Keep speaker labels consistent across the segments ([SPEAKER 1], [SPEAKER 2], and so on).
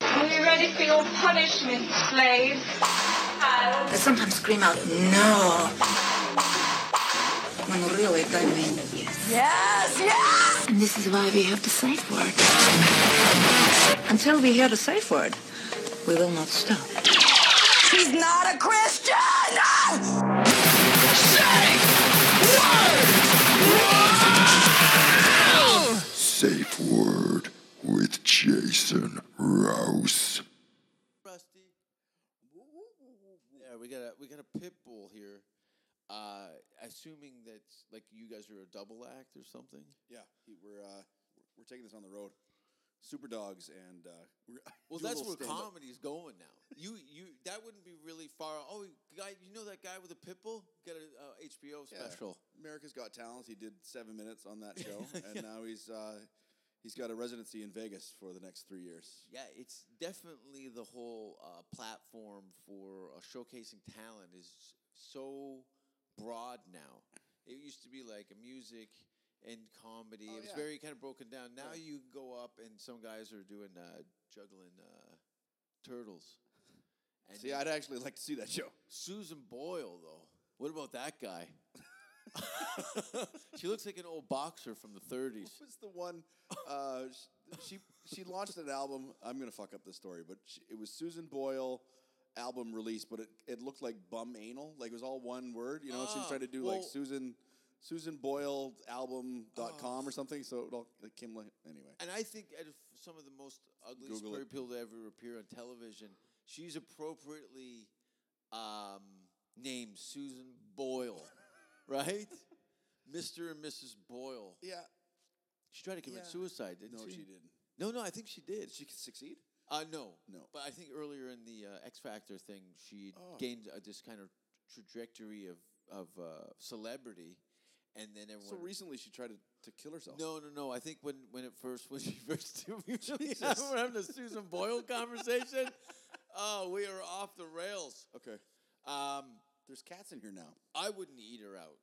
[SPEAKER 1] Be ready for your punishment, slaves.
[SPEAKER 2] I sometimes scream out, no. When really I mean, yes.
[SPEAKER 3] Yes, yes!
[SPEAKER 2] And this is why we have the safe word. Until we hear the safe word, we will not stop.
[SPEAKER 3] She's not a Christian! No!
[SPEAKER 4] Safe word!
[SPEAKER 5] word! Safe word with Jason Rouse.
[SPEAKER 6] Rusty. Yeah, we got a we got a pit bull here. Uh, assuming that like you guys are a double act or something.
[SPEAKER 7] Yeah, he, we're uh, we're taking this on the road. Super dogs and uh, we're
[SPEAKER 6] well, that's where comedy's going now. You you that wouldn't be really far. Oh, guy, you know that guy with the pit bull? Got a uh, HBO
[SPEAKER 7] Yeah.
[SPEAKER 6] special.
[SPEAKER 7] America's Got Talent. He did seven minutes on that show, and now he's uh, he's got a residency in Vegas for the next three years.
[SPEAKER 6] Yeah, it's definitely the whole uh, platform for uh, showcasing talent is so broad now. It used to be like a music and comedy.
[SPEAKER 7] Oh,
[SPEAKER 6] it was
[SPEAKER 7] yeah.
[SPEAKER 6] very kind of broken down. Now
[SPEAKER 7] Yeah.
[SPEAKER 6] you go up and some guys are doing uh, juggling uh, turtles. And
[SPEAKER 7] See, I'd actually like to see that show.
[SPEAKER 6] Susan Boyle though. What about that guy? she looks like an old boxer from the 30s.
[SPEAKER 7] What was the one? Uh, sh- she she launched an album. I'm gonna fuck up the story, but she, it was Susan Boyle album release, but it, it looked like bum anal. Like it was all one word. You know, she was
[SPEAKER 6] Ah,
[SPEAKER 7] trying to do like
[SPEAKER 6] well- Ah.
[SPEAKER 7] Susan Susan Boyle album.com or something. So it all it came like anyway.
[SPEAKER 6] And I think out of some of the most ugliest
[SPEAKER 7] Google
[SPEAKER 6] queer
[SPEAKER 7] it.
[SPEAKER 6] people to ever appear on television, she's appropriately um, named Susan Boyle, right? Mr. and Mrs. Boyle.
[SPEAKER 7] Yeah.
[SPEAKER 6] She tried to commit
[SPEAKER 7] Yeah.
[SPEAKER 6] suicide, didn't
[SPEAKER 7] No,
[SPEAKER 6] she?
[SPEAKER 7] she didn't.
[SPEAKER 6] No, no, I think she did.
[SPEAKER 7] Did she succeed?
[SPEAKER 6] uh, no,
[SPEAKER 7] No.
[SPEAKER 6] But I think earlier in the uh, X Factor thing, she
[SPEAKER 7] Oh.
[SPEAKER 6] gained uh, this kind of trajectory of of uh, celebrity, and then everyone.
[SPEAKER 7] So recently she tried to, to kill herself.
[SPEAKER 6] No, no, no. I think when, when it first when she first usually we're having a Susan Boyle conversation. Oh, we are off the rails.
[SPEAKER 7] Okay.
[SPEAKER 6] Um,
[SPEAKER 7] There's cats in here now.
[SPEAKER 6] I wouldn't eat her out.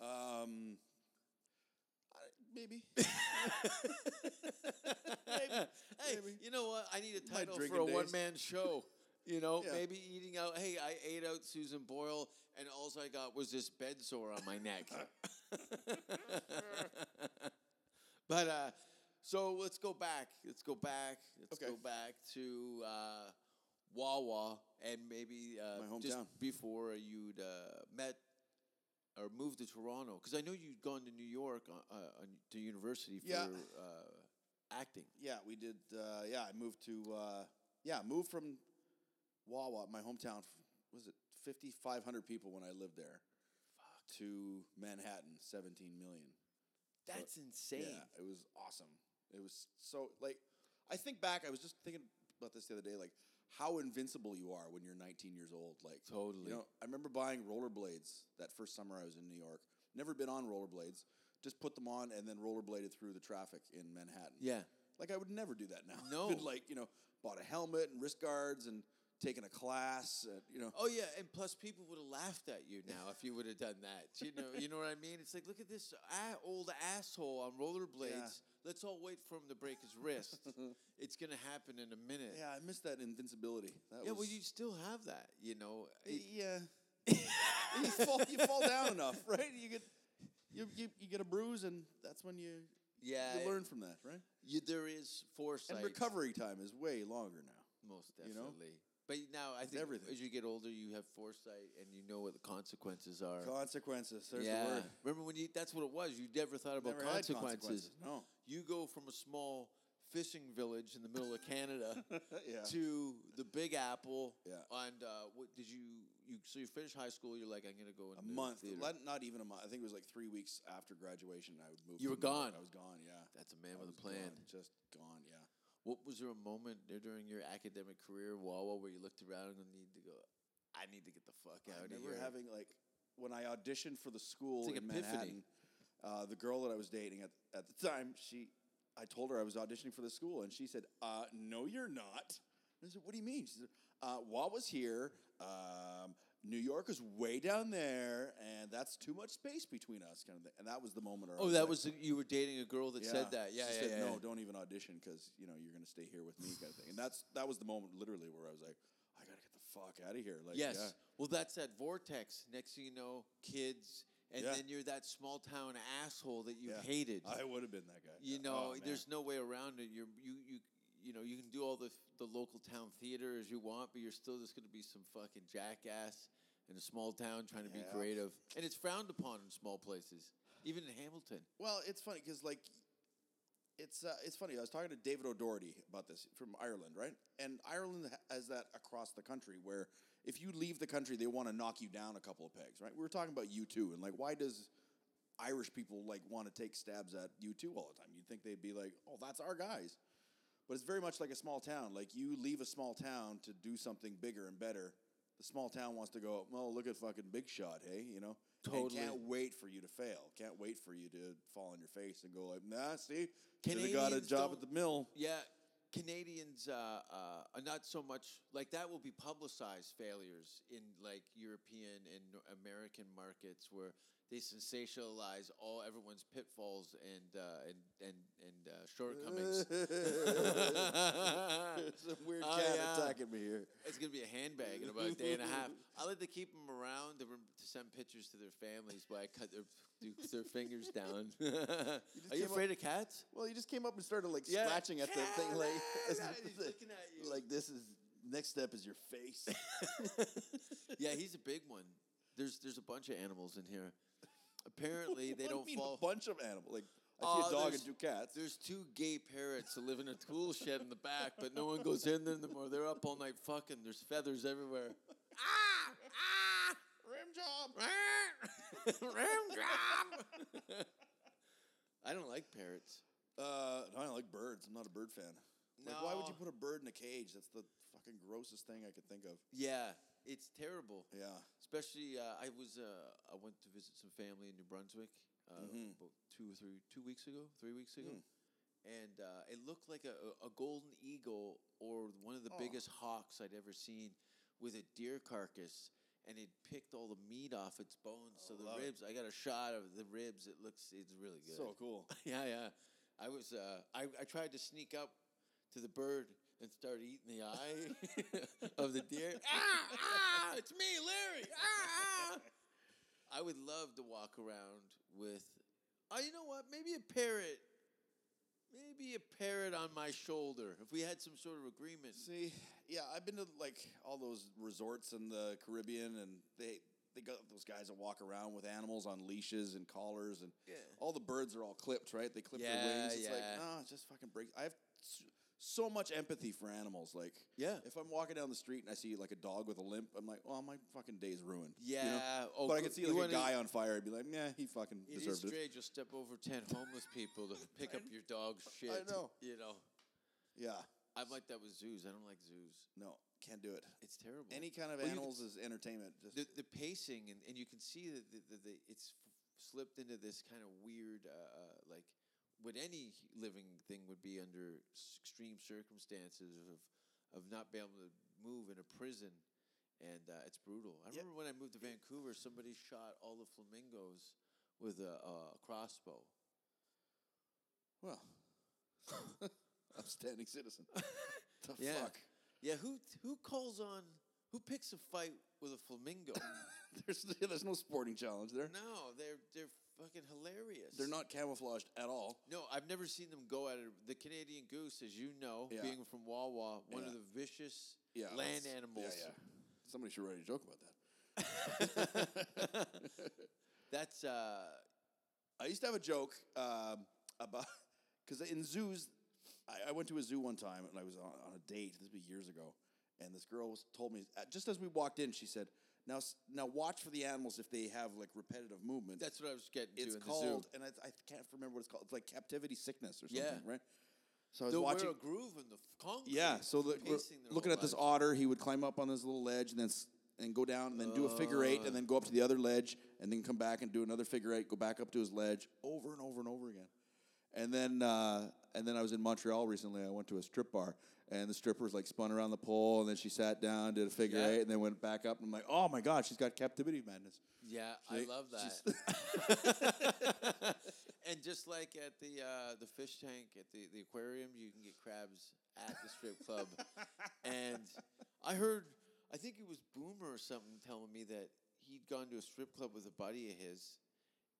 [SPEAKER 7] Um, I- maybe.
[SPEAKER 6] hey,
[SPEAKER 7] maybe.
[SPEAKER 6] you know what? I need a
[SPEAKER 7] My
[SPEAKER 6] title for
[SPEAKER 7] drinking
[SPEAKER 6] a
[SPEAKER 7] days.
[SPEAKER 6] one man show. You know,
[SPEAKER 7] Yeah.
[SPEAKER 6] maybe eating out. Hey, I ate out Susan Boyle, and all I got was this bed sore on my neck. but uh, so let's go back. Let's go back. Let's
[SPEAKER 7] Okay.
[SPEAKER 6] go back to uh, Wawa, and maybe uh,
[SPEAKER 7] My
[SPEAKER 6] just
[SPEAKER 7] hometown.
[SPEAKER 6] before you'd uh, met or moved to Toronto, because I know you'd gone to New York uh, uh, on- to university for
[SPEAKER 7] Yeah.
[SPEAKER 6] uh, acting.
[SPEAKER 7] yeah, we did. Uh, yeah, I moved to. Uh, yeah, moved from Wawa, my hometown. f- Was it fifty five hundred people when I lived there? To Manhattan, seventeen million.
[SPEAKER 6] That's insane.
[SPEAKER 7] Yeah, it was awesome. It was so like I think back. I was just thinking about this the other day, like how invincible you are when you're 19 years old. Like
[SPEAKER 6] Totally.
[SPEAKER 7] You know, I remember buying rollerblades that first summer I was in New York. Never been on rollerblades. Just put them on and then rollerbladed through the traffic in Manhattan.
[SPEAKER 6] Yeah.
[SPEAKER 7] Like I would never do that now.
[SPEAKER 6] No.
[SPEAKER 7] But, like you know, bought a helmet and wrist guards and taken a class. uh you know.
[SPEAKER 6] Oh yeah, and plus people would have laughed at you now if you would have done that. You know, you know what I mean? It's like, look at this a- old asshole on rollerblades. Let's all wait for him to break his wrist. it's gonna happen in a minute.
[SPEAKER 7] Yeah, I missed that invincibility. That
[SPEAKER 6] Yeah,
[SPEAKER 7] was,
[SPEAKER 6] well, you still have that, you know.
[SPEAKER 7] Y-
[SPEAKER 6] It-
[SPEAKER 7] yeah. you fall you fall down enough, right? You get you, you, you get a bruise and that's when you
[SPEAKER 6] yeah,
[SPEAKER 7] you learn from that, right?
[SPEAKER 6] you- there is foresight.
[SPEAKER 7] And recovery time is way longer now.
[SPEAKER 6] Most
[SPEAKER 7] you know?
[SPEAKER 6] definitely. But now I think
[SPEAKER 7] everything.
[SPEAKER 6] as you get older, you have foresight and you know what the consequences are.
[SPEAKER 7] Consequences. There's
[SPEAKER 6] yeah,
[SPEAKER 7] the word.
[SPEAKER 6] remember when you? That's what it was. You never thought about
[SPEAKER 7] Never had
[SPEAKER 6] consequences.
[SPEAKER 7] No.
[SPEAKER 6] you go from a small fishing village in the middle of Canada
[SPEAKER 7] yeah.
[SPEAKER 6] to the Big Apple.
[SPEAKER 7] Yeah.
[SPEAKER 6] And uh, what did you? You so you finish high school. You're like, I'm gonna go
[SPEAKER 7] A
[SPEAKER 6] into
[SPEAKER 7] month.
[SPEAKER 6] theater.
[SPEAKER 7] Let- Not even a month. I think it was like three weeks after graduation I would move.
[SPEAKER 6] You
[SPEAKER 7] to
[SPEAKER 6] were
[SPEAKER 7] New
[SPEAKER 6] gone.
[SPEAKER 7] York. I was gone, yeah.
[SPEAKER 6] That's a man
[SPEAKER 7] I
[SPEAKER 6] with a
[SPEAKER 7] was
[SPEAKER 6] plan.
[SPEAKER 7] gone, Just gone, yeah.
[SPEAKER 6] What was there a moment there during your academic career, Wawa, where you looked around and need to go? I need to get the fuck
[SPEAKER 7] I
[SPEAKER 6] out of
[SPEAKER 7] remember
[SPEAKER 6] here.
[SPEAKER 7] having like when I auditioned for the school
[SPEAKER 6] like
[SPEAKER 7] in
[SPEAKER 6] epiphany.
[SPEAKER 7] Manhattan. Uh, the girl that I was dating at, at the time, she, I told her I was auditioning for the school, and she said, uh, "No, you're not." And I said, "What do you mean?" She said, uh, "Wawa's here. Um, New York is way down there, and that's too much space between us." Kind of thing. And that was the moment. where I
[SPEAKER 6] oh, that
[SPEAKER 7] like,
[SPEAKER 6] was you were dating a girl that said that. Yeah,
[SPEAKER 7] she
[SPEAKER 6] yeah,
[SPEAKER 7] said,
[SPEAKER 6] yeah,
[SPEAKER 7] "No,
[SPEAKER 6] yeah.
[SPEAKER 7] don't even audition because you know you're going to stay here with me," kind of thing. mean, that's that was the moment literally where I was like, I gotta get the fuck out of here. Like,
[SPEAKER 6] Yes.
[SPEAKER 7] yeah.
[SPEAKER 6] Well, that's that vortex. Next thing you know, kids, and
[SPEAKER 7] Yeah.
[SPEAKER 6] then you're that small town asshole that you
[SPEAKER 7] Yeah.
[SPEAKER 6] hated.
[SPEAKER 7] I would have been that guy.
[SPEAKER 6] you
[SPEAKER 7] Yeah.
[SPEAKER 6] know,
[SPEAKER 7] Oh, man.
[SPEAKER 6] there's no way around it. You're, you you you know you can do all the the local town theater as you want, but you're still just going to be some fucking jackass in a small town trying to
[SPEAKER 7] Yeah.
[SPEAKER 6] be creative, and it's frowned upon in small places, even in Hamilton.
[SPEAKER 7] Well, it's funny because like, it's uh, it's funny. I was talking to David O'Doherty about this from Ireland, right? And Ireland ha- has that across the country where if you leave the country, they want to knock you down a couple of pegs, right? We were talking about U two and like, why does Irish people like want to take stabs at U two all the time? You'd think they'd be like, oh, that's our guys. But it's very much like a small town. Like you leave a small town to do something bigger and better. The small town wants to go. Well, look at fucking Big Shot, hey, you know. And
[SPEAKER 6] Totally.
[SPEAKER 7] can't wait for you to fail. Can't wait for you to fall on your face and go like, nah, see, should have
[SPEAKER 6] Canadians
[SPEAKER 7] got a job
[SPEAKER 6] don't-
[SPEAKER 7] at the mill.
[SPEAKER 6] Yeah, Canadians uh, uh, are not so much like that. Will be publicized failures in like European and Nor- American markets where they sensationalize all everyone's pitfalls and uh, and and and uh, shortcomings.
[SPEAKER 7] There's a weird
[SPEAKER 6] Oh,
[SPEAKER 7] cat
[SPEAKER 6] yeah.
[SPEAKER 7] attacking me here.
[SPEAKER 6] It's gonna be a handbag in about a day and a half. I like to keep them around to, rem- to send pictures to their families, but I cut their do their fingers down. Are
[SPEAKER 7] came
[SPEAKER 6] you
[SPEAKER 7] up-
[SPEAKER 6] afraid of cats?
[SPEAKER 7] Well, you just came up and started like
[SPEAKER 6] Yeah.
[SPEAKER 7] scratching at the thing, like
[SPEAKER 6] He's looking at you.
[SPEAKER 7] like this is next step is your face.
[SPEAKER 6] yeah, he's a big one. There's there's a bunch of animals in here. Apparently, they
[SPEAKER 7] What do you
[SPEAKER 6] don't
[SPEAKER 7] mean
[SPEAKER 6] fall.
[SPEAKER 7] A bunch of animals, like I see
[SPEAKER 6] Oh,
[SPEAKER 7] a dog
[SPEAKER 6] there's-
[SPEAKER 7] and two cats.
[SPEAKER 6] There's two gay parrots that live in a tool shed in the back, but no one goes in there anymore. They're up all night fucking. There's feathers everywhere.
[SPEAKER 7] Rim job.
[SPEAKER 6] I don't like parrots.
[SPEAKER 7] Uh, no, I don't like birds. I'm not a bird fan. Like, why would you
[SPEAKER 6] No.
[SPEAKER 7] put a bird in a cage? That's the fucking grossest thing I could think of.
[SPEAKER 6] Yeah, it's terrible.
[SPEAKER 7] Yeah.
[SPEAKER 6] Especially, uh, I was uh, I went to visit some family in New Brunswick uh,
[SPEAKER 7] Mhm.
[SPEAKER 6] about two or three two weeks ago, three weeks ago,
[SPEAKER 7] Hmm.
[SPEAKER 6] and uh, it looked like a, a- a golden eagle or one of
[SPEAKER 7] Oh.
[SPEAKER 6] the biggest hawks I'd ever seen with a deer carcass, and it picked all the meat off its bones. so the
[SPEAKER 7] love it.
[SPEAKER 6] ribs, I got a shot of the ribs. It looks it's really good.
[SPEAKER 7] So cool.
[SPEAKER 6] yeah, yeah. I was uh, I I tried to sneak up to the bird and started eating the eye of the deer. ah, ah, it's me, Larry. Ah, ah. I would love to walk around with, oh, you know what? Maybe a parrot. Maybe a parrot on my shoulder. If we had some sort of agreement.
[SPEAKER 7] See, yeah, I've been to like all those resorts in the Caribbean, and they they got those guys that walk around with animals on leashes and collars, and
[SPEAKER 6] Yeah.
[SPEAKER 7] all the birds are all clipped, right? They clip their
[SPEAKER 6] Yeah,
[SPEAKER 7] wings. It's like,
[SPEAKER 6] yeah.
[SPEAKER 7] no, it just fucking breaks. I have s- so much empathy for animals. Like,
[SPEAKER 6] Yeah.
[SPEAKER 7] if I'm walking down the street and I see like a dog with a limp, I'm like, oh, my fucking day's ruined. you know?
[SPEAKER 6] Yeah, oh,
[SPEAKER 7] but I
[SPEAKER 6] good-
[SPEAKER 7] could see
[SPEAKER 6] you
[SPEAKER 7] like a
[SPEAKER 6] wanna-
[SPEAKER 7] guy on fire. I'd be like, yeah, he fucking
[SPEAKER 6] It is
[SPEAKER 7] deserved it.
[SPEAKER 6] strange. You'll step over 10 homeless people to pick up your dog's shit.
[SPEAKER 7] know.
[SPEAKER 6] You know,
[SPEAKER 7] Yeah,
[SPEAKER 6] I'm like that with zoos. I don't like zoos.
[SPEAKER 7] no, can't do it.
[SPEAKER 6] It's terrible.
[SPEAKER 7] Any kind of
[SPEAKER 6] Well, you could-
[SPEAKER 7] animals is entertainment. Just
[SPEAKER 6] the, the pacing and, and you can see that the, the, the, it's f- slipped into this kind of weird uh, uh, like what any living thing would be under s- extreme circumstances of of not being able to move in a prison and uh, it's brutal i remember when i moved to vancouver somebody shot all the flamingos with a, a crossbow
[SPEAKER 7] Well, upstanding citizen. the
[SPEAKER 6] Yeah.
[SPEAKER 7] fuck?
[SPEAKER 6] yeah who who calls on who picks a fight with a flamingo
[SPEAKER 7] There's there's no sporting challenge there.
[SPEAKER 6] no they're they're fucking hilarious
[SPEAKER 7] They're not camouflaged at all.
[SPEAKER 6] No, I've never seen them go at it. The Canadian goose, as you know,
[SPEAKER 7] Yeah.
[SPEAKER 6] being from Wawa, one of
[SPEAKER 7] Yeah.
[SPEAKER 6] the vicious
[SPEAKER 7] Yeah,
[SPEAKER 6] land
[SPEAKER 7] that's- yeah,
[SPEAKER 6] animals.
[SPEAKER 7] yeah. Somebody should write a joke about that.
[SPEAKER 6] That's uh,
[SPEAKER 7] I used to have a joke um, about because in zoos, I, I went to a zoo one time and I was on, on a date. This was years ago, and this girl was, told me uh, just as we walked in, she said, "Now, s- now watch for the animals if they have like repetitive movement."
[SPEAKER 6] that's what I was getting
[SPEAKER 7] it's
[SPEAKER 6] to in
[SPEAKER 7] called, and I, I can't remember what it's called. It's like captivity sickness or something,
[SPEAKER 6] Yeah.
[SPEAKER 7] right?
[SPEAKER 6] the zoo.
[SPEAKER 7] So I was
[SPEAKER 6] They'll
[SPEAKER 7] watching
[SPEAKER 6] wear a groove in the f- concrete.
[SPEAKER 7] Yeah, so the,
[SPEAKER 6] pacing
[SPEAKER 7] we're
[SPEAKER 6] their
[SPEAKER 7] looking
[SPEAKER 6] whole
[SPEAKER 7] at this
[SPEAKER 6] lives.
[SPEAKER 7] otter, he would climb up on this little ledge and then s- and go down and then do a figure eight and then go up to the other ledge and then come back and do another figure eight, go back up to his ledge over and over and over again. And then uh, and then I was in Montreal recently. I went to a strip bar And the stripper was like spun around the pole, and then she sat down, did a figure
[SPEAKER 6] Yeah.
[SPEAKER 7] eight, and then went back up. And I'm like, oh my god, she's got captivity madness.
[SPEAKER 6] Yeah,
[SPEAKER 7] She-
[SPEAKER 6] I love
[SPEAKER 7] she's-
[SPEAKER 6] that. and just like at the uh, the fish tank at the, the aquarium, you can get crabs at the strip club. and I heard, I think it was Boomer or something telling me that he'd gone to a strip club with a buddy of his,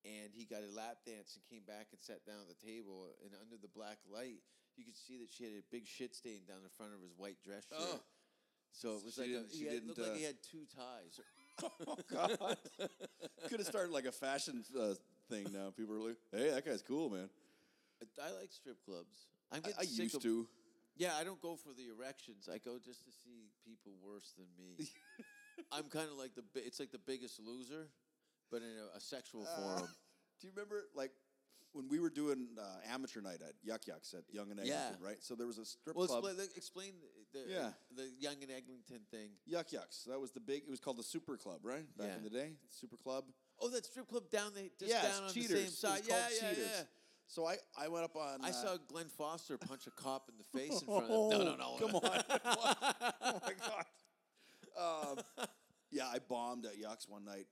[SPEAKER 6] and he got a lap dance and came back and sat down at the table, and under the black light, you could see that she had a big shit stain down the front of his white dress shirt.
[SPEAKER 7] Oh.
[SPEAKER 6] So it
[SPEAKER 7] So
[SPEAKER 6] was
[SPEAKER 7] she
[SPEAKER 6] like a, he
[SPEAKER 7] didn't- she
[SPEAKER 6] had,
[SPEAKER 7] didn't,
[SPEAKER 6] looked like
[SPEAKER 7] uh,
[SPEAKER 6] he had two ties.
[SPEAKER 7] Oh god, could have started like a fashion uh, thing. Now people are like, hey, that guy's cool, man.
[SPEAKER 6] I- I like strip clubs. I'm
[SPEAKER 7] I,
[SPEAKER 6] getting
[SPEAKER 7] I
[SPEAKER 6] sick
[SPEAKER 7] used
[SPEAKER 6] of,
[SPEAKER 7] to.
[SPEAKER 6] Yeah, I don't go for the erections. I go just to see people worse than me. I'm kind of like the bi- it's like the Biggest Loser, but in a, a sexual
[SPEAKER 7] Uh,
[SPEAKER 6] form.
[SPEAKER 7] Do you remember like when we were doing uh, amateur night at Yuck Yucks at Young and
[SPEAKER 6] Yeah.
[SPEAKER 7] Eglinton, right? So there was a strip
[SPEAKER 6] Well,
[SPEAKER 7] club.
[SPEAKER 6] explain, like, explain the the-
[SPEAKER 7] Yeah.
[SPEAKER 6] the Young and Eglinton thing.
[SPEAKER 7] Yuck Yucks. That was the big. It was called the Super Club, right? Back
[SPEAKER 6] Yeah.
[SPEAKER 7] in the day, Super Club.
[SPEAKER 6] Oh, that strip club down the just
[SPEAKER 7] yeah,
[SPEAKER 6] down on
[SPEAKER 7] cheaters.
[SPEAKER 6] the same
[SPEAKER 7] It
[SPEAKER 6] side.
[SPEAKER 7] was
[SPEAKER 6] Yeah,
[SPEAKER 7] called
[SPEAKER 6] yeah,
[SPEAKER 7] cheaters.
[SPEAKER 6] yeah.
[SPEAKER 7] So I, I went up on.
[SPEAKER 6] I
[SPEAKER 7] uh,
[SPEAKER 6] saw Glenn Foster punch a cop in the face in front of them. No, no, no.
[SPEAKER 7] Come on.
[SPEAKER 6] on.
[SPEAKER 7] oh my god. Um, yeah, I bombed at Yucks one night,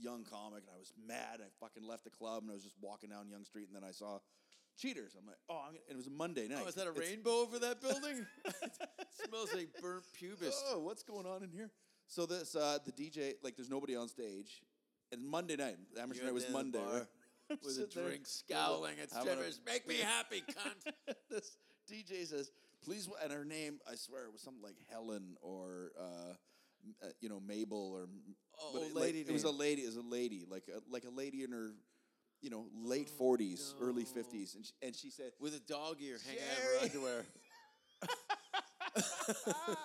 [SPEAKER 7] young comic, and I was mad. I fucking left the club and I was just walking down Young Street, and then I saw cheaters. I'm like, oh, I'm gonna, and it was a Monday night.
[SPEAKER 6] oh, is that a
[SPEAKER 7] It's-
[SPEAKER 6] rainbow over that building? smells like burnt pubis.
[SPEAKER 7] Oh, what's going on in here? So this uh, the DJ like there's nobody on stage, and Monday night amateur
[SPEAKER 6] You're
[SPEAKER 7] night was
[SPEAKER 6] down the
[SPEAKER 7] Monday.
[SPEAKER 6] bar
[SPEAKER 7] right? I'm
[SPEAKER 6] with a
[SPEAKER 7] sitting there,
[SPEAKER 6] drink, scowling at
[SPEAKER 7] I'm gonna-
[SPEAKER 6] strippers. Make me happy, cunt.
[SPEAKER 7] this DJ says, please, wa-" and her name I swear it was something like Helen or. Uh, m- uh, you know Mabel or m-
[SPEAKER 6] Oh,
[SPEAKER 7] but
[SPEAKER 6] old
[SPEAKER 7] it,
[SPEAKER 6] lady
[SPEAKER 7] Like, it was a
[SPEAKER 6] name.
[SPEAKER 7] lady. It was a lady, like a, like a lady in her, you know, late forties, early
[SPEAKER 6] Oh, no.
[SPEAKER 7] fifties, and she, and she said,
[SPEAKER 6] With a dog ear hanging out
[SPEAKER 7] Jerry.
[SPEAKER 6] of her underwear.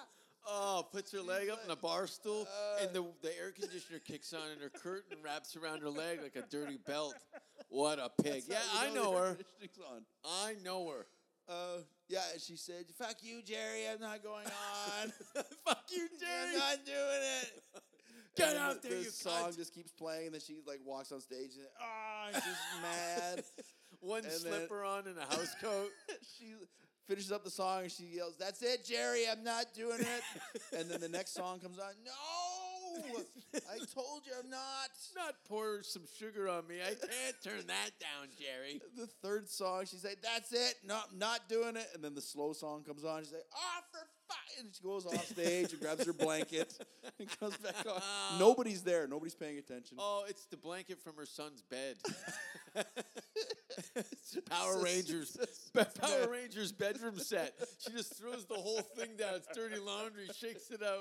[SPEAKER 6] oh, puts her leg up in a bar stool, and the, the air conditioner kicks on, and her curtain wraps around her leg like a dirty belt. What a pig. Yeah,
[SPEAKER 7] "That's how
[SPEAKER 6] I
[SPEAKER 7] you
[SPEAKER 6] know
[SPEAKER 7] the air
[SPEAKER 6] her.
[SPEAKER 7] conditioning's on."
[SPEAKER 6] I know her.
[SPEAKER 7] Uh, yeah, and she said, "Fuck you, Jerry. I'm not going on."
[SPEAKER 6] Fuck you, Jerry.
[SPEAKER 7] I'm not doing it.
[SPEAKER 6] Get
[SPEAKER 7] And
[SPEAKER 6] out
[SPEAKER 7] the-
[SPEAKER 6] there,
[SPEAKER 7] the
[SPEAKER 6] you
[SPEAKER 7] song
[SPEAKER 6] cunt.
[SPEAKER 7] just keeps playing, and then she like walks on stage and ah, and she's mad.
[SPEAKER 6] One
[SPEAKER 7] And then-
[SPEAKER 6] slipper on and a house coat.
[SPEAKER 7] she finishes up the song and she yells, "That's it, Jerry. I'm not doing it." and then the next song comes on. No, I told you I'm not.
[SPEAKER 6] Not pour some sugar on me. I can't turn that down, Jerry.
[SPEAKER 7] The third song, she's like, "That's it. No, I'm not doing it." And then the slow song comes on. She's like, "Ah, for fuck!" And she goes off stage and grabs her blanket and comes back on. Nobody's there. Nobody's paying attention.
[SPEAKER 6] Oh, it's the blanket from her son's bed. Power Rangers, Be- Power Rangers bedroom set. She just throws the whole thing down. It's dirty laundry. Shakes it out.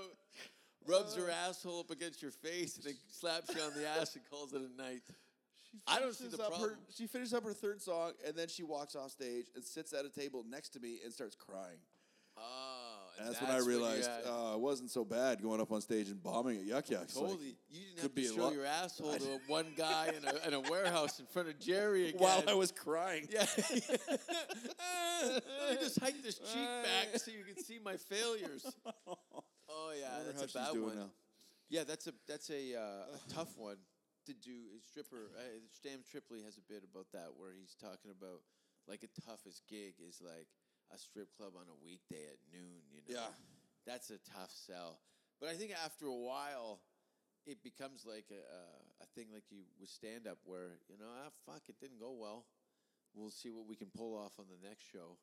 [SPEAKER 6] Rubs her
[SPEAKER 7] Uh.
[SPEAKER 6] asshole up against your face and then slaps you on the ass and calls it a night. I don't see
[SPEAKER 7] finishes
[SPEAKER 6] the
[SPEAKER 7] up her-
[SPEAKER 6] problem.
[SPEAKER 7] she finishes up her third song and then she walks off stage and sits at a table next to me and starts crying.
[SPEAKER 6] Oh,
[SPEAKER 7] And
[SPEAKER 6] and
[SPEAKER 7] that's, when I
[SPEAKER 6] you
[SPEAKER 7] realized
[SPEAKER 6] had-
[SPEAKER 7] uh, it wasn't so bad going up on stage and bombing at Yuck Yucks. Like,
[SPEAKER 6] Totally. you didn't
[SPEAKER 7] could
[SPEAKER 6] have
[SPEAKER 7] be
[SPEAKER 6] to
[SPEAKER 7] a
[SPEAKER 6] show
[SPEAKER 7] lot-
[SPEAKER 6] your asshole
[SPEAKER 7] I-
[SPEAKER 6] to a- one guy in a, in a warehouse in front of Jerry again.
[SPEAKER 7] while I was crying.
[SPEAKER 6] Yeah. Let me just hike this cheek back so you can see my failures. Oh
[SPEAKER 7] I
[SPEAKER 6] yeah,
[SPEAKER 7] wonder
[SPEAKER 6] that's a
[SPEAKER 7] how
[SPEAKER 6] bad
[SPEAKER 7] she's doing
[SPEAKER 6] one.
[SPEAKER 7] now.
[SPEAKER 6] Yeah, that's a that's a, uh, a tough one to do. A stripper, uh, Stan Tripley has a bit about that where he's talking about like a toughest gig is like a strip club on a weekday at noon. You know,
[SPEAKER 7] Yeah.
[SPEAKER 6] that's a tough sell. But I think after a while, it becomes like a a, a thing like you with stand up where you know ah fuck it didn't go well. We'll see what we can pull off on the next show.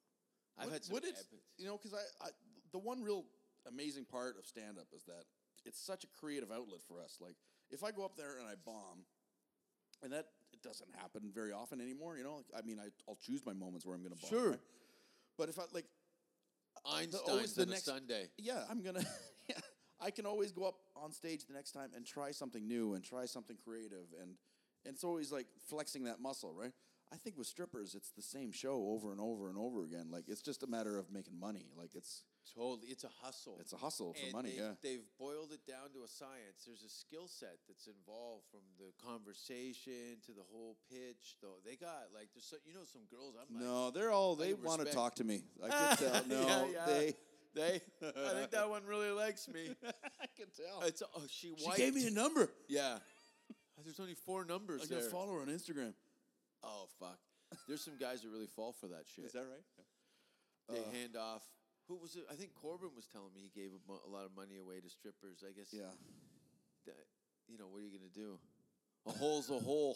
[SPEAKER 6] I've
[SPEAKER 7] What-
[SPEAKER 6] had some.
[SPEAKER 7] what it's-
[SPEAKER 6] epic-
[SPEAKER 7] you know, because I, I, the one real amazing part of stand up is that it's such a creative outlet for us. Like, if I go up there and I bomb, and that it doesn't happen very often anymore, you know, like, I mean, I, I'll choose my moments where I'm going to bomb.
[SPEAKER 6] Sure.
[SPEAKER 7] right? But if I, like,
[SPEAKER 6] Einstein's
[SPEAKER 7] the
[SPEAKER 6] on
[SPEAKER 7] next-
[SPEAKER 6] a Sunday.
[SPEAKER 7] yeah, I'm gonna. yeah, I can always go up on stage the next time and try something new and try something creative and and it's always like flexing that muscle, right? I think with strippers, it's the same show over and over and over again. Like it's just a matter of making money. Like it's
[SPEAKER 6] Totally, it's a hustle.
[SPEAKER 7] it's a hustle for
[SPEAKER 6] And
[SPEAKER 7] money.
[SPEAKER 6] they've,
[SPEAKER 7] Yeah,
[SPEAKER 6] They've boiled it down to a science. There's a skill set that's involved from the conversation to the whole pitch. Though they got like there's so, you know some girls I'm like
[SPEAKER 7] no, they're all they
[SPEAKER 6] like
[SPEAKER 7] want to
[SPEAKER 6] respect.
[SPEAKER 7] talk to me. I can tell. No,
[SPEAKER 6] Yeah, yeah.
[SPEAKER 7] they.
[SPEAKER 6] they I think that one really likes me.
[SPEAKER 7] I can tell.
[SPEAKER 6] It's oh she
[SPEAKER 7] she
[SPEAKER 6] wiped.
[SPEAKER 7] gave me a number.
[SPEAKER 6] yeah. There's only four numbers
[SPEAKER 7] I got
[SPEAKER 6] there.
[SPEAKER 7] to follow her on Instagram.
[SPEAKER 6] oh fuck. There's some guys that really fall for that shit.
[SPEAKER 7] Is that right?
[SPEAKER 6] they hand off Who was it? I think Corbin was telling me he gave a, mo- a lot of money away to strippers. I guess.
[SPEAKER 7] Yeah.
[SPEAKER 6] that- you know what are you gonna do? A hole's a hole.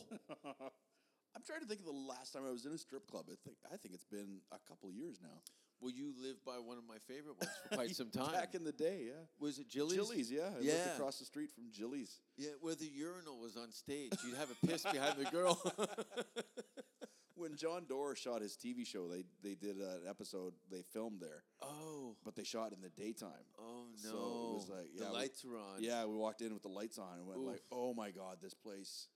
[SPEAKER 7] I'm trying to think of the last time I was in a strip club. I think I think it's been a couple years now.
[SPEAKER 6] well, you lived by one of my favorite ones for quite some time.
[SPEAKER 7] Back in the day, yeah.
[SPEAKER 6] was it Jilly's?
[SPEAKER 7] Jilly's, yeah. I lived
[SPEAKER 6] Yeah.
[SPEAKER 7] across the street from Jilly's.
[SPEAKER 6] Yeah, where the urinal was on stage, you'd have a piss behind the girl.
[SPEAKER 7] When John Doerr shot his TV show, they they did an episode they filmed there,
[SPEAKER 6] oh,
[SPEAKER 7] but they shot in the daytime.
[SPEAKER 6] oh no!
[SPEAKER 7] So it was like, yeah,
[SPEAKER 6] the
[SPEAKER 7] we-
[SPEAKER 6] lights were on.
[SPEAKER 7] Yeah, we walked in with the lights on and went like,
[SPEAKER 6] Oof.
[SPEAKER 7] "Oh my god, this place!"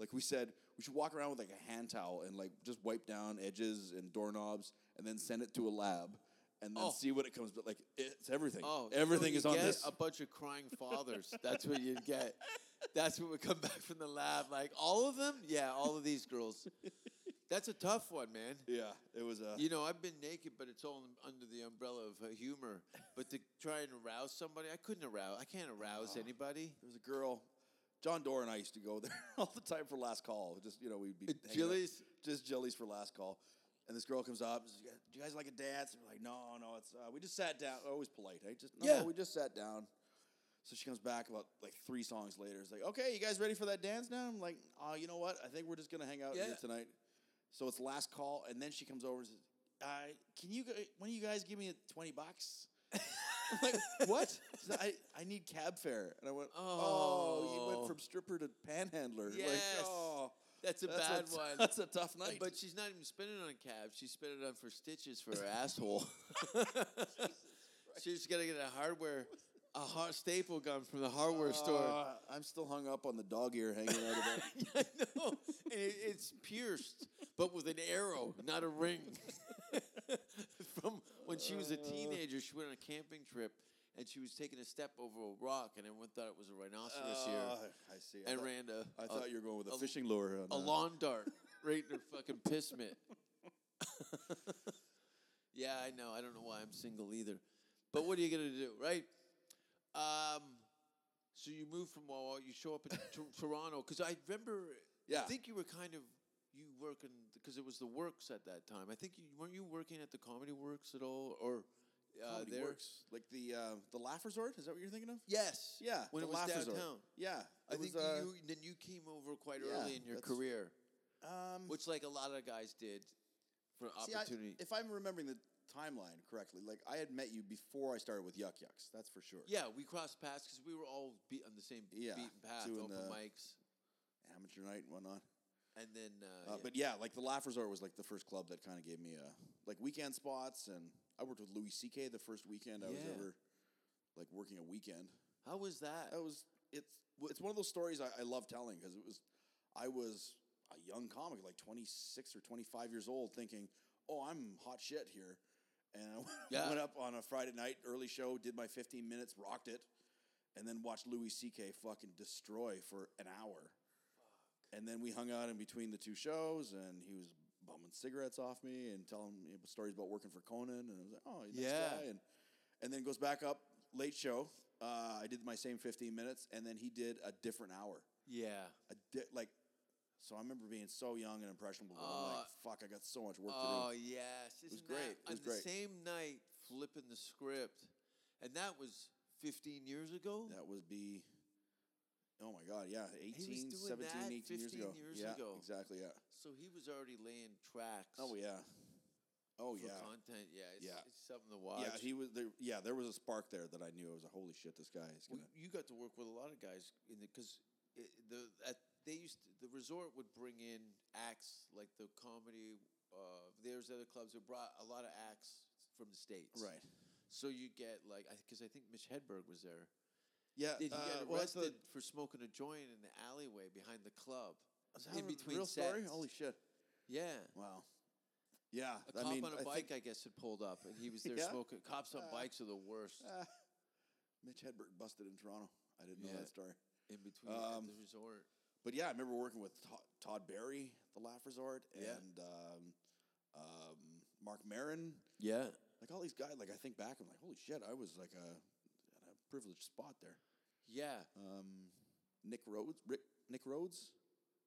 [SPEAKER 7] Like we said, we should walk around with like a hand towel and like just wipe down edges and doorknobs, and then send it to a lab, and then
[SPEAKER 6] Oh.
[SPEAKER 7] see what it comes. But like, it's everything.
[SPEAKER 6] Oh, you know
[SPEAKER 7] everything
[SPEAKER 6] what
[SPEAKER 7] is
[SPEAKER 6] you'd
[SPEAKER 7] on
[SPEAKER 6] get?
[SPEAKER 7] this.
[SPEAKER 6] A bunch of crying fathers. That's what you'd get. That's what would come back from the lab. Like all of them. Yeah, all of these girls. That's a tough one, man.
[SPEAKER 7] yeah, it was a.
[SPEAKER 6] You know, I've been naked, but it's all un- under the umbrella of uh, humor. But to try and arouse somebody, I couldn't arouse. I can't arouse anybody.
[SPEAKER 7] there was a girl. John Doerr and I used to go there all the time for last call. Just you know, we'd be hanging out-
[SPEAKER 6] Jilly's?
[SPEAKER 7] just jellies for last call. And this girl comes up. And says, "You guys- Do you guys like a dance? And we're like, no, no, it's uh, we just sat down. Always polite, hey? Just no,
[SPEAKER 6] Yeah.
[SPEAKER 7] we just sat down. So she comes back about like three songs later. It's like, okay, you guys ready for that dance now? I'm like, oh, you know what? I think we're just gonna hang out
[SPEAKER 6] Yeah.
[SPEAKER 7] here tonight. So it's last call, and then she comes over and says, uh, "Can you? gu- One of you guys give me twenty bucks?" I'm like, what? She's like, I, I need cab fare, and I went, "Oh, you
[SPEAKER 6] Oh.
[SPEAKER 7] went from stripper to panhandler." Like,
[SPEAKER 6] Yes.
[SPEAKER 7] oh,
[SPEAKER 6] That's a
[SPEAKER 7] that's
[SPEAKER 6] bad
[SPEAKER 7] t-
[SPEAKER 6] one.
[SPEAKER 7] That's a tough night.
[SPEAKER 6] but she's not even spending it on cabs. She's spending it on for stitches for her asshole. she's gonna get a hardware, a hard staple gun from the hardware store.
[SPEAKER 7] Uh, I'm still hung up on the dog ear hanging out of it.
[SPEAKER 6] I know. And it, it's pierced, but with an arrow, not a ring. From when she was a teenager, she went on a camping trip and she was taking a step over a rock, and everyone thought it was a rhinoceros here.
[SPEAKER 7] I see. I
[SPEAKER 6] And
[SPEAKER 7] thought,
[SPEAKER 6] ran a,
[SPEAKER 7] Uh, I
[SPEAKER 6] a-
[SPEAKER 7] thought you were going with a,
[SPEAKER 6] a-
[SPEAKER 7] fishing lure. On
[SPEAKER 6] a
[SPEAKER 7] that.
[SPEAKER 6] lawn dart right in her fucking piss mitt. yeah, I know. I don't know why I'm single either. But what are you gonna do, right? Um, so you move from Wawa, you show up in Tor- Toronto because I remember.
[SPEAKER 7] Yeah.
[SPEAKER 6] I think you were kind of you working because it was the Works at that time. I think you weren't you working at the Comedy Works at all or uh,
[SPEAKER 7] Comedy
[SPEAKER 6] there?
[SPEAKER 7] works like the uh, the Laugh Resort. Is that what you're thinking of?
[SPEAKER 6] Yes.
[SPEAKER 7] Yeah,
[SPEAKER 6] When
[SPEAKER 7] the
[SPEAKER 6] it was
[SPEAKER 7] Laugh Resort.
[SPEAKER 6] downtown.
[SPEAKER 7] Yeah,
[SPEAKER 6] I
[SPEAKER 7] it was,
[SPEAKER 6] think
[SPEAKER 7] uh,
[SPEAKER 6] you then you came over quite
[SPEAKER 7] yeah,
[SPEAKER 6] early in your
[SPEAKER 7] that's-
[SPEAKER 6] career
[SPEAKER 7] Um,
[SPEAKER 6] which like a lot of guys did for
[SPEAKER 7] see, I-
[SPEAKER 6] opportunity.
[SPEAKER 7] if I'm remembering the timeline correctly, like I had met you before I started with Yuck Yucks. That's for sure.
[SPEAKER 6] yeah, we crossed paths because we were all be- on the same
[SPEAKER 7] Yeah,
[SPEAKER 6] beaten path,
[SPEAKER 7] doing
[SPEAKER 6] open
[SPEAKER 7] the-
[SPEAKER 6] mics,
[SPEAKER 7] Amateur night and whatnot.
[SPEAKER 6] and then uh,
[SPEAKER 7] Uh,
[SPEAKER 6] yeah.
[SPEAKER 7] But yeah, like the Laugh Resort was like the first club that kind of gave me a like weekend spots, and I worked with Louis C.K. the first weekend I was
[SPEAKER 6] Yeah.
[SPEAKER 7] ever like working a weekend.
[SPEAKER 6] how was that?
[SPEAKER 7] That was it's it's one of those stories I, I love telling because it was I was a young comic like 26 or 25 years old thinking oh I'm hot shit here and I
[SPEAKER 6] Yeah.
[SPEAKER 7] went up on a Friday night early show did my 15 minutes rocked it and then watched Louis C.K. fucking destroy for an hour and then we hung out in between the two shows and he was bumming cigarettes off me and telling me stories about working for Conan and I was like oh nice
[SPEAKER 6] Yeah.
[SPEAKER 7] guy and and then goes back up late show. Uh, I did my same 15 minutes, and then he did a different hour.
[SPEAKER 6] yeah,
[SPEAKER 7] A di- like, so I remember being so young and impressionable. but I'm like, fuck, I got so much work
[SPEAKER 6] Uh, oh
[SPEAKER 7] to do.
[SPEAKER 6] yes, it
[SPEAKER 7] was great. It was
[SPEAKER 6] on
[SPEAKER 7] great.
[SPEAKER 6] the same night, flipping the script, and that was 15 years ago.
[SPEAKER 7] That would be, oh my god, yeah, 18,
[SPEAKER 6] doing
[SPEAKER 7] 17,
[SPEAKER 6] that
[SPEAKER 7] 18 years
[SPEAKER 6] 15
[SPEAKER 7] ago.
[SPEAKER 6] years
[SPEAKER 7] yeah,
[SPEAKER 6] ago.
[SPEAKER 7] exactly. Yeah.
[SPEAKER 6] So he was already laying tracks.
[SPEAKER 7] Oh yeah. Oh
[SPEAKER 6] for
[SPEAKER 7] yeah.
[SPEAKER 6] content. Yeah, it's,
[SPEAKER 7] Yeah.
[SPEAKER 6] it's something to watch.
[SPEAKER 7] Yeah, he was there. Yeah, there was a spark there that I knew. I was like, holy shit, this guy is
[SPEAKER 6] Well,
[SPEAKER 7] gonna.
[SPEAKER 6] you got to work with a lot of guys in because the, at, they used to, the resort would bring in acts like the comedy. Uh, there's other clubs that brought a lot of acts from the states,
[SPEAKER 7] Right.
[SPEAKER 6] So you get like because I, think Mitch Hedberg was there.
[SPEAKER 7] Yeah.
[SPEAKER 6] Did he
[SPEAKER 7] uh,
[SPEAKER 6] get
[SPEAKER 7] well, that's the-
[SPEAKER 6] arrested for smoking a joint in the alleyway behind the club?
[SPEAKER 7] is
[SPEAKER 6] in
[SPEAKER 7] that a
[SPEAKER 6] between
[SPEAKER 7] real story?
[SPEAKER 6] sets.
[SPEAKER 7] Holy shit.
[SPEAKER 6] Yeah.
[SPEAKER 7] Wow. Yeah.
[SPEAKER 6] A
[SPEAKER 7] I
[SPEAKER 6] cop
[SPEAKER 7] mean,
[SPEAKER 6] on
[SPEAKER 7] I
[SPEAKER 6] a
[SPEAKER 7] think-
[SPEAKER 6] bike, I guess, had pulled up, and he was there
[SPEAKER 7] Yeah? Uh,
[SPEAKER 6] smoking. Cops on bikes are the worst.
[SPEAKER 7] Ah, Mitch Hedberg busted in Toronto. I didn't know
[SPEAKER 6] Yeah.
[SPEAKER 7] that story.
[SPEAKER 6] in between at
[SPEAKER 7] um,
[SPEAKER 6] the resort,
[SPEAKER 7] But yeah, I remember working with Todd, Todd Barry, at the Laugh Resort,
[SPEAKER 6] Yeah.
[SPEAKER 7] and um, um, Mark Marin.
[SPEAKER 6] yeah.
[SPEAKER 7] Like all these guys. Like I think back, I'm like, holy shit, I was like a, at a privileged spot there.
[SPEAKER 6] Yeah,
[SPEAKER 7] Um, Nick Rhodes, Rick, Nick Rhodes,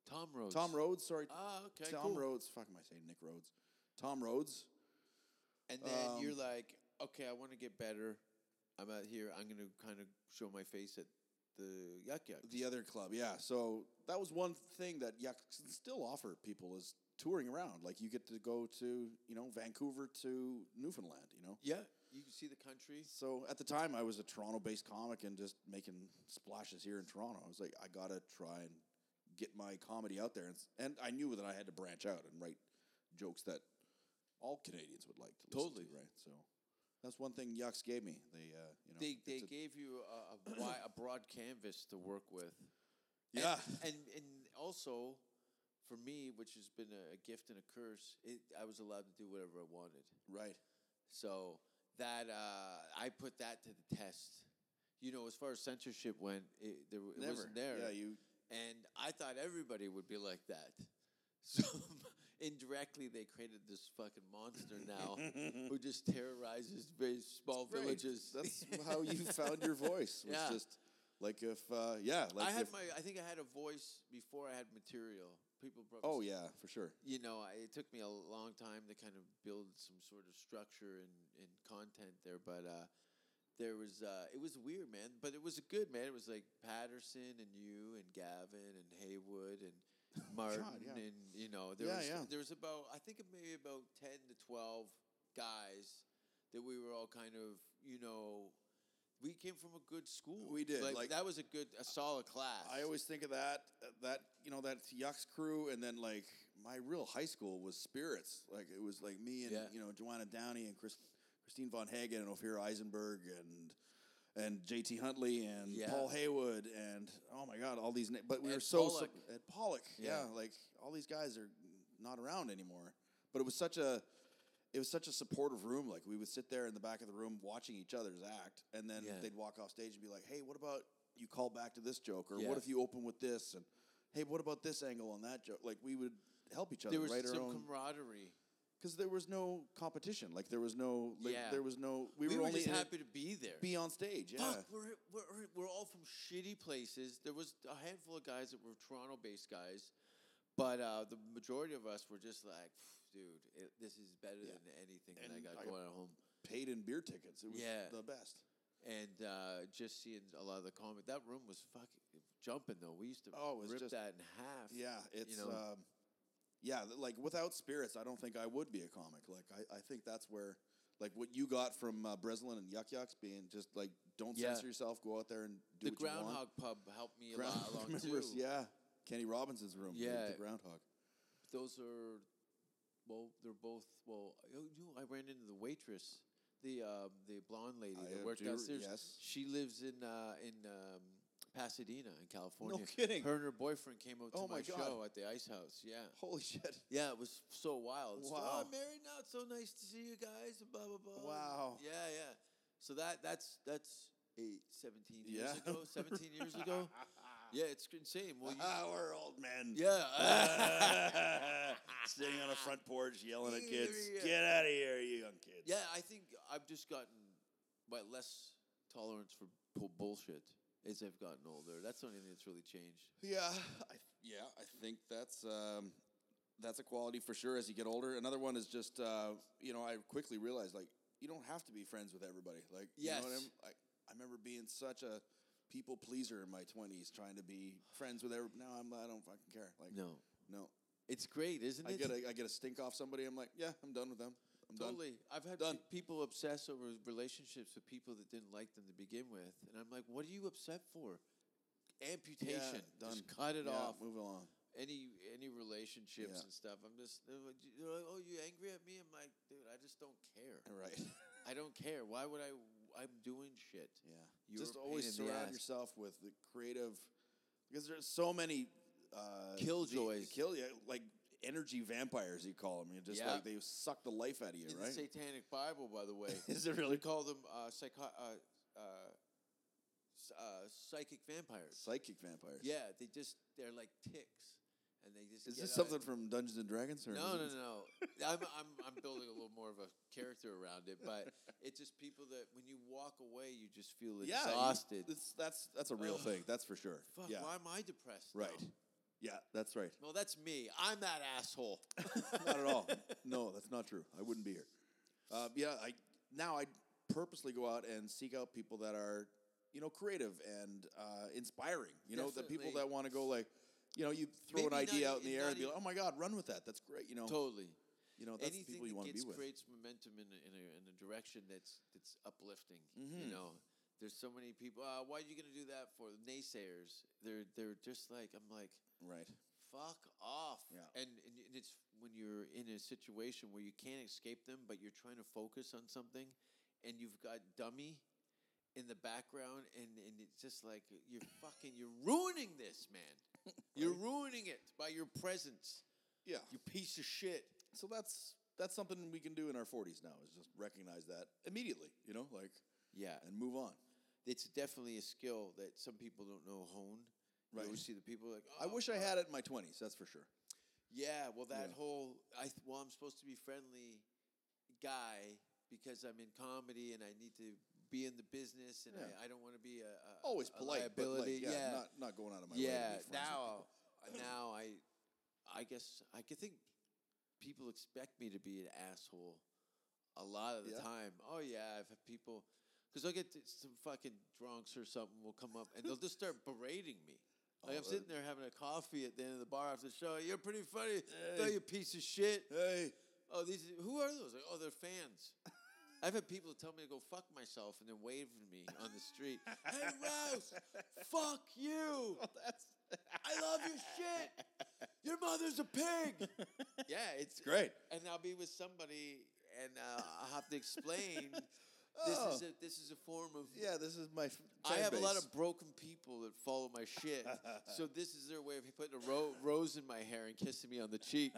[SPEAKER 6] Tom Rhodes.
[SPEAKER 7] Tom Rhodes. Sorry,
[SPEAKER 6] Ah, okay.
[SPEAKER 7] Tom
[SPEAKER 6] cool.
[SPEAKER 7] Rhodes. Fuck, am I saying Nick Rhodes? Tom Rhodes.
[SPEAKER 6] And then you're
[SPEAKER 7] Um,
[SPEAKER 6] like, okay, I want to get better. I'm out here. I'm going to kind of show my face at the yuck yucks.
[SPEAKER 7] The other club, yeah. So that was one thing that Yuck still offer people is touring around. Like you get to go to you know Vancouver to Newfoundland, you know.
[SPEAKER 6] yeah, you can see the country.
[SPEAKER 7] So at the time, I was a Toronto-based comic and just making splashes here in Toronto. I was like, I gotta try and get my comedy out there, and, s- and I knew that I had to branch out and write jokes that all Canadians would like to listen
[SPEAKER 6] Totally.
[SPEAKER 7] to, right? So that's one thing Yucks gave me. They, uh, you know,
[SPEAKER 6] They, they
[SPEAKER 7] it's a-
[SPEAKER 6] gave you a, a, wi- a broad canvas to work with. And-
[SPEAKER 7] yeah,
[SPEAKER 6] And, and also, for me, which has been a, a gift and a curse, it, I was allowed to do whatever I wanted.
[SPEAKER 7] right.
[SPEAKER 6] So that uh, I put that to the test. You know, as far as censorship went, it, there, w- it
[SPEAKER 7] Never.
[SPEAKER 6] wasn't there.
[SPEAKER 7] Yeah, you
[SPEAKER 6] and I thought everybody would be like that. So indirectly, they created this fucking monster now who just terrorizes very small
[SPEAKER 7] Right.
[SPEAKER 6] villages.
[SPEAKER 7] That's how you found your voice. Was
[SPEAKER 6] Yeah.
[SPEAKER 7] just like if uh, yeah,
[SPEAKER 6] I
[SPEAKER 7] like
[SPEAKER 6] had
[SPEAKER 7] if,
[SPEAKER 6] my. I think I had a voice before I had material. People brought. me
[SPEAKER 7] oh
[SPEAKER 6] s-
[SPEAKER 7] yeah, for sure.
[SPEAKER 6] You know, I, it took me a long time to kind of build some sort of structure and, and content there, but uh, there was uh, it was weird, man. But it was good, man. It was like Patterson and you and Gavin and Haywood and Martin
[SPEAKER 7] yeah.
[SPEAKER 6] and you know there
[SPEAKER 7] Yeah,
[SPEAKER 6] was
[SPEAKER 7] yeah.
[SPEAKER 6] there was about I think maybe about ten to twelve guys that we were all kind of you know. We came from a good school.
[SPEAKER 7] We did,
[SPEAKER 6] Like,
[SPEAKER 7] like-
[SPEAKER 6] that was a good, a solid class.
[SPEAKER 7] I always think of that uh, that you know that Yucks crew, and then like my real high school was Spirits. Like it was like me and
[SPEAKER 6] Yeah.
[SPEAKER 7] you know Joanna Downey and Chris, Christine von Hagen and Ophir Eisenberg and. And J.T. Huntley and
[SPEAKER 6] Yeah.
[SPEAKER 7] Paul Haywood and oh my God, all these. Na- but we
[SPEAKER 6] Ed
[SPEAKER 7] were so
[SPEAKER 6] Pollock.
[SPEAKER 7] sup- Ed Pollock, yeah.
[SPEAKER 6] Yeah.
[SPEAKER 7] like all these guys are not around anymore. But it was such a, it was such a supportive room. Like we would sit there in the back of the room watching each other's act, and then
[SPEAKER 6] Yeah.
[SPEAKER 7] they'd walk off stage and be like, "Hey, what about you call back to this joke, or
[SPEAKER 6] Yeah.
[SPEAKER 7] what if you open with this?" And hey, what about this angle on that joke? Like we would help each other
[SPEAKER 6] there was
[SPEAKER 7] write our
[SPEAKER 6] some
[SPEAKER 7] own
[SPEAKER 6] camaraderie.
[SPEAKER 7] because there was no competition. Like there was no, like,
[SPEAKER 6] Yeah.
[SPEAKER 7] there was no. We,
[SPEAKER 6] We,
[SPEAKER 7] were,
[SPEAKER 6] were,
[SPEAKER 7] only
[SPEAKER 6] just
[SPEAKER 7] in it
[SPEAKER 6] happy to be there.
[SPEAKER 7] to be on stage. Yeah,
[SPEAKER 6] Fuck, we're, we're, we're all from shitty places. There was a handful of guys that were Toronto-based guys, but uh, the majority of us were just like, "Pff, dude, it, this is better
[SPEAKER 7] Yeah.
[SPEAKER 6] than anything that I
[SPEAKER 7] And
[SPEAKER 6] got
[SPEAKER 7] I-
[SPEAKER 6] going at home.
[SPEAKER 7] paid in beer tickets. It was
[SPEAKER 6] Yeah.
[SPEAKER 7] the best.
[SPEAKER 6] And uh, just seeing a lot of the comic, that room was fucking jumping though. We used to
[SPEAKER 7] Oh, it was
[SPEAKER 6] rip
[SPEAKER 7] just-
[SPEAKER 6] that in half.
[SPEAKER 7] Yeah, it's
[SPEAKER 6] know?
[SPEAKER 7] um, yeah, th- like without spirits, I don't think I would be a comic. Like I, I think that's where like what you got from uh, Breslin and Yuck Yucks being just like don't
[SPEAKER 6] Yeah.
[SPEAKER 7] censor yourself, go out there and do
[SPEAKER 6] the
[SPEAKER 7] what you want.
[SPEAKER 6] Groundhog Pub helped me a lot
[SPEAKER 7] Groundhog
[SPEAKER 6] along
[SPEAKER 7] members,
[SPEAKER 6] too.
[SPEAKER 7] yeah. Kenny Robinson's room, yeah,
[SPEAKER 6] Yeah.
[SPEAKER 7] the groundhog.
[SPEAKER 6] Those are, well, they're both. Well, you know, I ran into the waitress, the um, the blonde lady
[SPEAKER 7] I,
[SPEAKER 6] that
[SPEAKER 7] uh,
[SPEAKER 6] worked
[SPEAKER 7] do-
[SPEAKER 6] downstairs.
[SPEAKER 7] yes.
[SPEAKER 6] She lives in uh, in um, Pasadena, in California.
[SPEAKER 7] kidding.
[SPEAKER 6] Her and her boyfriend came out to
[SPEAKER 7] Oh my God.
[SPEAKER 6] show at the Ice House. Yeah.
[SPEAKER 7] Holy shit!
[SPEAKER 6] Yeah, it was so wild. It's,
[SPEAKER 7] Wow.
[SPEAKER 6] oh, I'm married now. It's so nice to see you guys. And blah blah blah.
[SPEAKER 7] Wow.
[SPEAKER 6] Yeah, yeah. So that that's that's eight, 17 years
[SPEAKER 7] Yeah.
[SPEAKER 6] ago. Seventeen years ago. Yeah, it's insane. Well, you,
[SPEAKER 7] Our Ah, old men,
[SPEAKER 6] yeah.
[SPEAKER 7] sitting on a front porch yelling at kids,
[SPEAKER 6] Yeah.
[SPEAKER 7] "Get out of here, you young kids!"
[SPEAKER 6] Yeah, I think I've just gotten my less tolerance for bu- bullshit as I've gotten older. That's the only thing that's really changed.
[SPEAKER 7] Yeah, I, yeah, I think that's um, that's a quality for sure as you get older. Another one is just uh, you know I quickly realized like you don't have to be friends with everybody. Like you know what
[SPEAKER 6] Yes.
[SPEAKER 7] I'm, like, I remember being such a people pleaser in my twenties, trying to be friends with everybody. Now I'm I don't fucking care. Like
[SPEAKER 6] No,
[SPEAKER 7] no,
[SPEAKER 6] it's great, isn't
[SPEAKER 7] I
[SPEAKER 6] it?
[SPEAKER 7] get a I get a stink off somebody. I'm like yeah, I'm done with them. I'm done.
[SPEAKER 6] totally. I've had
[SPEAKER 7] Done.
[SPEAKER 6] pe- people obsess over relationships with people that didn't like them to begin with, and I'm like, what are you upset for? Amputation.
[SPEAKER 7] done.
[SPEAKER 6] Just cut it
[SPEAKER 7] Yeah,
[SPEAKER 6] off.
[SPEAKER 7] Move along.
[SPEAKER 6] Any any relationships
[SPEAKER 7] Yeah.
[SPEAKER 6] and stuff. I'm just they're like, you know, oh, you angry at me? I'm like, dude, I just don't care.
[SPEAKER 7] Right.
[SPEAKER 6] I don't care. Why would I? I'm doing shit.
[SPEAKER 7] Yeah.
[SPEAKER 6] You're
[SPEAKER 7] Just
[SPEAKER 6] a pain
[SPEAKER 7] always
[SPEAKER 6] in the
[SPEAKER 7] surround
[SPEAKER 6] ass.
[SPEAKER 7] yourself with the creative, because there's so many uh, the-
[SPEAKER 6] Killjoys.
[SPEAKER 7] kill you like energy vampires. You call them. You just
[SPEAKER 6] Yeah.
[SPEAKER 7] like they suck the life out of you,
[SPEAKER 6] In
[SPEAKER 7] right?
[SPEAKER 6] the Satanic Bible, by the way,
[SPEAKER 7] Is it
[SPEAKER 6] they
[SPEAKER 7] really called
[SPEAKER 6] call them uh, psycho- uh, uh, s- uh, psychic vampires.
[SPEAKER 7] psychic vampires?
[SPEAKER 6] yeah, they just they're like ticks, and they just.
[SPEAKER 7] Is
[SPEAKER 6] get
[SPEAKER 7] this
[SPEAKER 6] out-
[SPEAKER 7] something from Dungeons and Dragons? Or
[SPEAKER 6] No, no, no. I'm, I'm, I'm building a little more of a character around it, but it's just people that when you walk away, you just feel
[SPEAKER 7] Yeah, you-
[SPEAKER 6] exhausted.
[SPEAKER 7] it's- that's that's a real
[SPEAKER 6] Ugh.
[SPEAKER 7] thing. That's for sure.
[SPEAKER 6] Fuck,
[SPEAKER 7] yeah.
[SPEAKER 6] why am I depressed? now?
[SPEAKER 7] Right. Yeah, that's right.
[SPEAKER 6] Well, that's me. I'm that asshole.
[SPEAKER 7] not at all. No, that's not true. I wouldn't be here. Uh, yeah, I now I purposely go out and seek out people that are, you know, creative and uh, inspiring. You know, the people
[SPEAKER 6] Definitely.
[SPEAKER 7] that want to go like, you know, you throw an
[SPEAKER 6] Maybe not
[SPEAKER 7] idea
[SPEAKER 6] e-
[SPEAKER 7] out in the
[SPEAKER 6] it's
[SPEAKER 7] air
[SPEAKER 6] not
[SPEAKER 7] and be like,
[SPEAKER 6] even-
[SPEAKER 7] oh my god, run with that. That's great. You know,
[SPEAKER 6] Totally.
[SPEAKER 7] you know, that's the
[SPEAKER 6] Anything
[SPEAKER 7] people you want
[SPEAKER 6] that
[SPEAKER 7] to
[SPEAKER 6] gets
[SPEAKER 7] be with.
[SPEAKER 6] creates momentum in a, in a, in a direction that's that's uplifting.
[SPEAKER 7] Mm-hmm.
[SPEAKER 6] You know, there's so many people. Uh, why are you going to do that for? Naysayers. They're they're just like I'm like
[SPEAKER 7] Right.
[SPEAKER 6] fuck off.
[SPEAKER 7] Yeah.
[SPEAKER 6] And, and and it's when you're in a situation where you can't escape them, but you're trying to focus on something, and you've got dummy in the background, and and it's just like you're fucking you're ruining this, man. You're ruining it by your presence.
[SPEAKER 7] Yeah.
[SPEAKER 6] You piece of shit.
[SPEAKER 7] So that's that's something we can do in our 40s now is just recognize that immediately. You know, like
[SPEAKER 6] Yeah.
[SPEAKER 7] and move on.
[SPEAKER 6] it's definitely a skill that some people don't know hone. You
[SPEAKER 7] Right.
[SPEAKER 6] always see the people like,
[SPEAKER 7] I
[SPEAKER 6] "Oh,
[SPEAKER 7] wish I had it in my 20s. That's for sure.
[SPEAKER 6] Yeah, well, that
[SPEAKER 7] Yeah.
[SPEAKER 6] whole I th- well, I'm supposed to be friendly guy because I'm in comedy and I need to be in the business and
[SPEAKER 7] Yeah.
[SPEAKER 6] I, I don't want to be a, a
[SPEAKER 7] Always
[SPEAKER 6] a
[SPEAKER 7] polite, but like,
[SPEAKER 6] liability.
[SPEAKER 7] yeah,
[SPEAKER 6] yeah,
[SPEAKER 7] Not, not going out of my way.
[SPEAKER 6] yeah.
[SPEAKER 7] To be friends with
[SPEAKER 6] Now, uh,
[SPEAKER 7] people.
[SPEAKER 6] now I, I guess I could think people expect me to be an asshole a lot of the
[SPEAKER 7] Yeah.
[SPEAKER 6] time. Oh yeah, I've had people because I'll get t- some fucking drunks or something will come up and they'll just start berating me. Like
[SPEAKER 7] Oh,
[SPEAKER 6] I'm
[SPEAKER 7] that-
[SPEAKER 6] sitting there having a coffee at the end of the bar after the show. You're pretty funny. though, you piece of shit.
[SPEAKER 7] hey,
[SPEAKER 6] Oh, these who are those? Like, oh, they're fans. I've had people tell me to go fuck myself and then wave at me on the street. hey, Rouse, fuck you.
[SPEAKER 7] that's
[SPEAKER 6] I love your shit. Your mother's a pig. yeah, it's
[SPEAKER 7] great.
[SPEAKER 6] And I'll be with somebody, and uh, I'll have to explain.
[SPEAKER 7] Oh.
[SPEAKER 6] This is a this is a form of.
[SPEAKER 7] Yeah, this is my. f-
[SPEAKER 6] I
[SPEAKER 7] fan
[SPEAKER 6] have a lot
[SPEAKER 7] base.
[SPEAKER 6] of broken people that follow my shit, so this is their way of putting a ro- rose in my hair and kissing me on the cheek.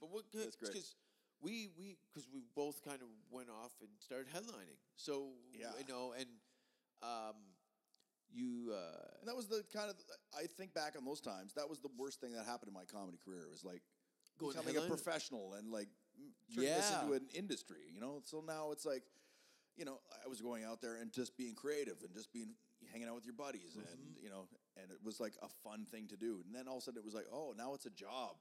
[SPEAKER 6] But what good?
[SPEAKER 7] That's great.
[SPEAKER 6] Because we we because we both kind of went off and started headlining. So
[SPEAKER 7] Yeah.
[SPEAKER 6] you know, and um, you uh,
[SPEAKER 7] And that was the kind of I think back on those times. That was the worst thing that happened in my comedy career. It was like
[SPEAKER 6] Going
[SPEAKER 7] becoming a
[SPEAKER 6] headliner?
[SPEAKER 7] professional and like m- turning this into
[SPEAKER 6] Yeah.
[SPEAKER 7] an industry. You know, so now it's like, you know, I was going out there and just being creative and just being hanging out with your buddies and
[SPEAKER 6] Mm-hmm.
[SPEAKER 7] you know, and it was like a fun thing to do. And then all of a sudden it was like, oh, now it's a job.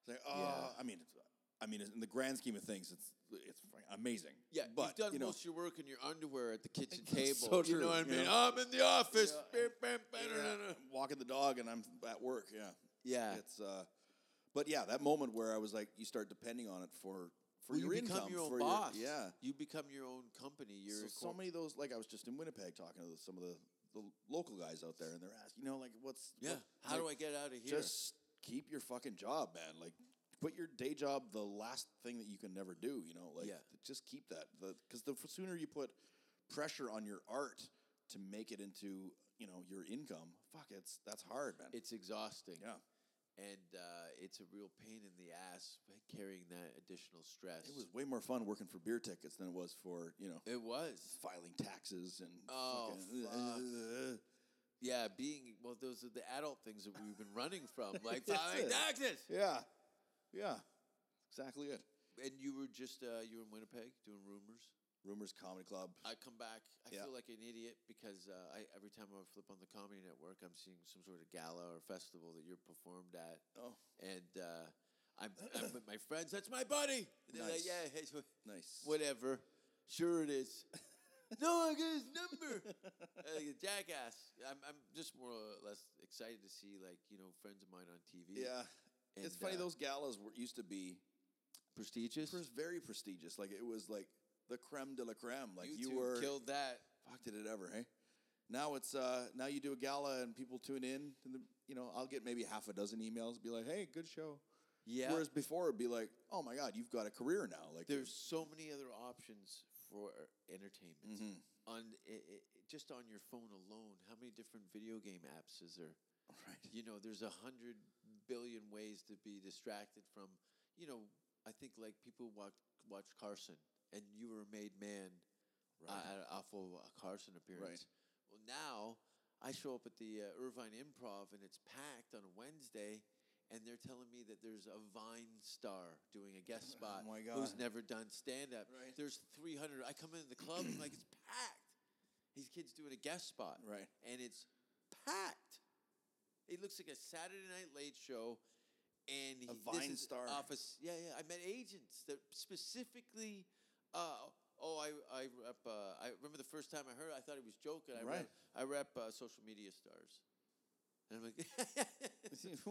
[SPEAKER 7] It's like, oh, I mean, it's, I mean, in the grand scheme of things, it's it's amazing.
[SPEAKER 6] Yeah,
[SPEAKER 7] but
[SPEAKER 6] you've done
[SPEAKER 7] you know,
[SPEAKER 6] most of your work in your underwear at the kitchen
[SPEAKER 7] So
[SPEAKER 6] table. You
[SPEAKER 7] true,
[SPEAKER 6] know what I
[SPEAKER 7] you
[SPEAKER 6] mean?
[SPEAKER 7] know?
[SPEAKER 6] I'm in the office.
[SPEAKER 7] Yeah.
[SPEAKER 6] Beep, beep, beep,
[SPEAKER 7] Yeah,
[SPEAKER 6] da, da, da.
[SPEAKER 7] I'm walking the dog and I'm at work. Yeah,
[SPEAKER 6] Yeah.
[SPEAKER 7] It's uh, but yeah, that moment where I was like, you start depending on it for for
[SPEAKER 6] Well,
[SPEAKER 7] your
[SPEAKER 6] you
[SPEAKER 7] income,
[SPEAKER 6] become your own
[SPEAKER 7] for
[SPEAKER 6] boss.
[SPEAKER 7] Your, yeah.
[SPEAKER 6] you become your own company. You're
[SPEAKER 7] So,
[SPEAKER 6] a
[SPEAKER 7] so
[SPEAKER 6] corp-
[SPEAKER 7] many of those, like I was just in Winnipeg talking to some of the, the local guys out there, and they're asking, you know, like, what's
[SPEAKER 6] Yeah.
[SPEAKER 7] what-
[SPEAKER 6] How
[SPEAKER 7] like,
[SPEAKER 6] do I get out of here?
[SPEAKER 7] Just keep your fucking job, man. Like, put your day job the last thing that you can never do. You know, like,
[SPEAKER 6] Yeah.
[SPEAKER 7] just keep that. Because the, f sooner you put pressure on your art to make it into, you know, your income, fuck, it's that's hard, man.
[SPEAKER 6] it's exhausting.
[SPEAKER 7] yeah,
[SPEAKER 6] And uh, it's a real pain in the ass uh, carrying that additional stress.
[SPEAKER 7] it was way more fun working for beer tickets than it was for you know
[SPEAKER 6] It was.
[SPEAKER 7] filing taxes and
[SPEAKER 6] Oh,
[SPEAKER 7] fucking-
[SPEAKER 6] fuck. Yeah, being well, those are the adult things that we've been running from, like
[SPEAKER 7] That's
[SPEAKER 6] filing
[SPEAKER 7] it.
[SPEAKER 6] taxes.
[SPEAKER 7] yeah, yeah, exactly it.
[SPEAKER 6] And you were just uh, you were in Winnipeg doing rumors.
[SPEAKER 7] Rumors Comedy Club.
[SPEAKER 6] I come back. I
[SPEAKER 7] Yeah.
[SPEAKER 6] feel like an idiot because uh, I, every time I flip on the Comedy Network, I'm seeing some sort of gala or festival that you're performed at,
[SPEAKER 7] oh,
[SPEAKER 6] and uh, I'm, I'm with my friends. That's my buddy. And they're
[SPEAKER 7] Nice.
[SPEAKER 6] like, yeah, hey, so-
[SPEAKER 7] nice.
[SPEAKER 6] whatever. Sure it is. no, I got his number. Uh, jackass. I'm, I'm just more or less excited to see like you know friends of mine on TV.
[SPEAKER 7] Yeah, it's
[SPEAKER 6] And,
[SPEAKER 7] funny.
[SPEAKER 6] uh,
[SPEAKER 7] those galas were used to be
[SPEAKER 6] prestigious.
[SPEAKER 7] pres- very prestigious. Like it was like the creme de la creme. Like you,
[SPEAKER 6] two
[SPEAKER 7] were.
[SPEAKER 6] killed that.
[SPEAKER 7] Fuck, did it ever? Hey, now it's uh now you do a gala and people tune in. And the, you know, I'll get maybe half a dozen emails. Be like, hey, good show.
[SPEAKER 6] Yeah.
[SPEAKER 7] Whereas before it'd be like, oh my god, you've got a career now. Like
[SPEAKER 6] There's so many other options for entertainment
[SPEAKER 7] Mhm.
[SPEAKER 6] on i i just on your phone alone. How many different video game apps is there?
[SPEAKER 7] right.
[SPEAKER 6] You know, there's a hundred billion ways to be distracted from. You know, I think like people watch watch Carson, and you were a made man, right? Uh, off of a Carson appearance. Well, now I show up at the uh, Irvine Improv, and it's packed on a Wednesday. And they're telling me that there's a Vine star doing a guest spot
[SPEAKER 7] my
[SPEAKER 6] who's
[SPEAKER 7] God.
[SPEAKER 6] never done stand up.
[SPEAKER 7] Right.
[SPEAKER 6] There's 300. I come into the club, I'm like, it's packed. These kids doing a guest spot.
[SPEAKER 7] Right.
[SPEAKER 6] And it's packed. It looks like a Saturday Night Late Show, and he,
[SPEAKER 7] Vine
[SPEAKER 6] this is
[SPEAKER 7] star.
[SPEAKER 6] Office, yeah, yeah. I met agents that specifically uh, Oh, I I rep. Uh, I remember the first time I heard. it, I thought he was joking. I rep,
[SPEAKER 7] Right.
[SPEAKER 6] I rep uh, social media stars, and I'm like,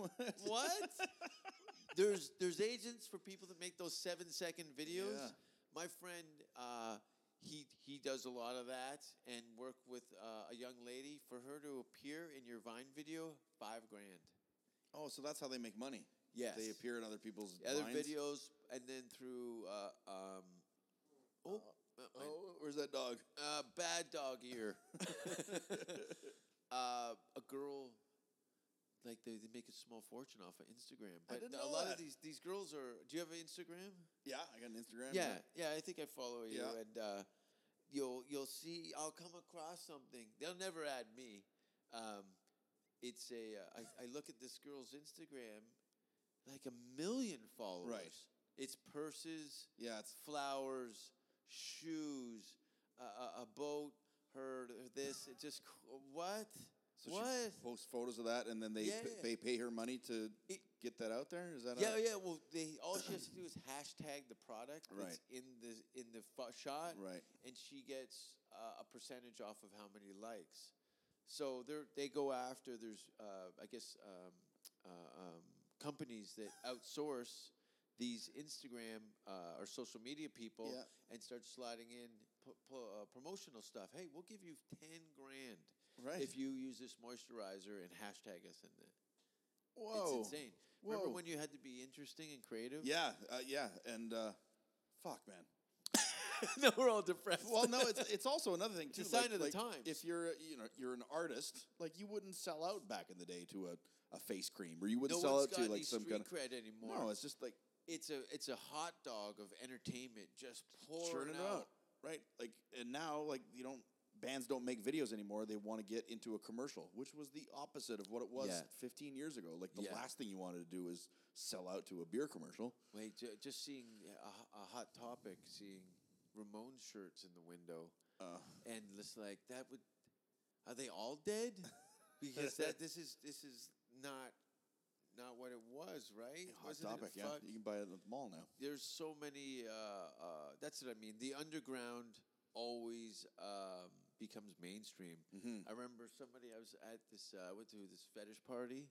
[SPEAKER 6] what? there's there's agents for people that make those seven second videos.
[SPEAKER 7] Yeah.
[SPEAKER 6] My friend, uh, he he does a lot of that and work with uh, a young lady for her to appear in your Vine video, five grand.
[SPEAKER 7] Oh, so that's how they make money.
[SPEAKER 6] Yes.
[SPEAKER 7] They appear in other people's
[SPEAKER 6] Other
[SPEAKER 7] lines?
[SPEAKER 6] videos, and then through uh, um, oh, uh, my-
[SPEAKER 7] Oh, where's that dog?
[SPEAKER 6] uh, bad dog ear. uh, a girl, like they, they make a small fortune off of Instagram.
[SPEAKER 7] I
[SPEAKER 6] But
[SPEAKER 7] didn't
[SPEAKER 6] a
[SPEAKER 7] know
[SPEAKER 6] lot of
[SPEAKER 7] that.
[SPEAKER 6] these these girls are. Do you have Instagram?
[SPEAKER 7] Yeah, I got an Instagram.
[SPEAKER 6] Yeah, yeah. I think I follow you,
[SPEAKER 7] Yeah.
[SPEAKER 6] and uh, you'll you'll see. I'll come across something. They'll never add me. Um, it's a. Uh, I, I look at this girl's Instagram, like a million followers. It's purses
[SPEAKER 7] Yeah, it's
[SPEAKER 6] flowers, shoes, a, a, a boat, her this. It just cr- what?
[SPEAKER 7] so
[SPEAKER 6] what?
[SPEAKER 7] she posts photos of that, and then they
[SPEAKER 6] Yeah.
[SPEAKER 7] p- they pay her money to
[SPEAKER 6] It-
[SPEAKER 7] get that out there. Is that
[SPEAKER 6] yeah,
[SPEAKER 7] how-
[SPEAKER 6] yeah. Well, they all she has to do is hashtag the product
[SPEAKER 7] Right.
[SPEAKER 6] that's in the in the fo- shot,
[SPEAKER 7] Right.
[SPEAKER 6] And she gets uh, a percentage off of how many likes. So they they go after there's uh, I guess um, uh, um, companies that outsource these Instagram uh, or social media people
[SPEAKER 7] Yeah.
[SPEAKER 6] and start sliding in p- p- uh, promotional stuff. Hey, we'll give you ten grand
[SPEAKER 7] Right.
[SPEAKER 6] if you use this moisturizer and hashtag us in it.
[SPEAKER 7] Whoa.
[SPEAKER 6] It's insane. Remember
[SPEAKER 7] Whoa.
[SPEAKER 6] when you had to be interesting and creative?
[SPEAKER 7] Yeah, uh, yeah, and uh, fuck, man.
[SPEAKER 6] no, we're all depressed.
[SPEAKER 7] Well, no, it's it's also another thing too.
[SPEAKER 6] a sign
[SPEAKER 7] like-
[SPEAKER 6] of the
[SPEAKER 7] like,
[SPEAKER 6] times.
[SPEAKER 7] If you're a- you know you're an artist, like you wouldn't sell out back in the day to a, a face cream, or you
[SPEAKER 6] no
[SPEAKER 7] wouldn't
[SPEAKER 6] one's
[SPEAKER 7] sell out
[SPEAKER 6] got
[SPEAKER 7] to
[SPEAKER 6] any
[SPEAKER 7] like some
[SPEAKER 6] street
[SPEAKER 7] kind of.
[SPEAKER 6] cred anymore.
[SPEAKER 7] No,
[SPEAKER 6] it's,
[SPEAKER 7] it's just like
[SPEAKER 6] a it's a hot dog of entertainment just pouring
[SPEAKER 7] churning it
[SPEAKER 6] out.
[SPEAKER 7] out, right? Like, and now like you don't bands don't make videos anymore. They want to get into a commercial, which was the opposite of what it was
[SPEAKER 6] Yeah.
[SPEAKER 7] 15 years ago. Like the
[SPEAKER 6] Yeah.
[SPEAKER 7] last thing you wanted to do is sell out to a beer commercial.
[SPEAKER 6] Wait, ju- just seeing a, h- a hot topic, seeing Ramon shirts in the window,
[SPEAKER 7] Uh,
[SPEAKER 6] and just like that would are they all dead? Because that this is this is not not what it was, right?
[SPEAKER 7] hot
[SPEAKER 6] Wasn't it
[SPEAKER 7] topic, yeah.
[SPEAKER 6] fuck-
[SPEAKER 7] You can buy it at the mall now.
[SPEAKER 6] there's so many. Uh, uh, that's what I mean. The underground always um, becomes mainstream.
[SPEAKER 7] Mm-hmm.
[SPEAKER 6] I remember somebody. I was at this. Uh, I went to this fetish party.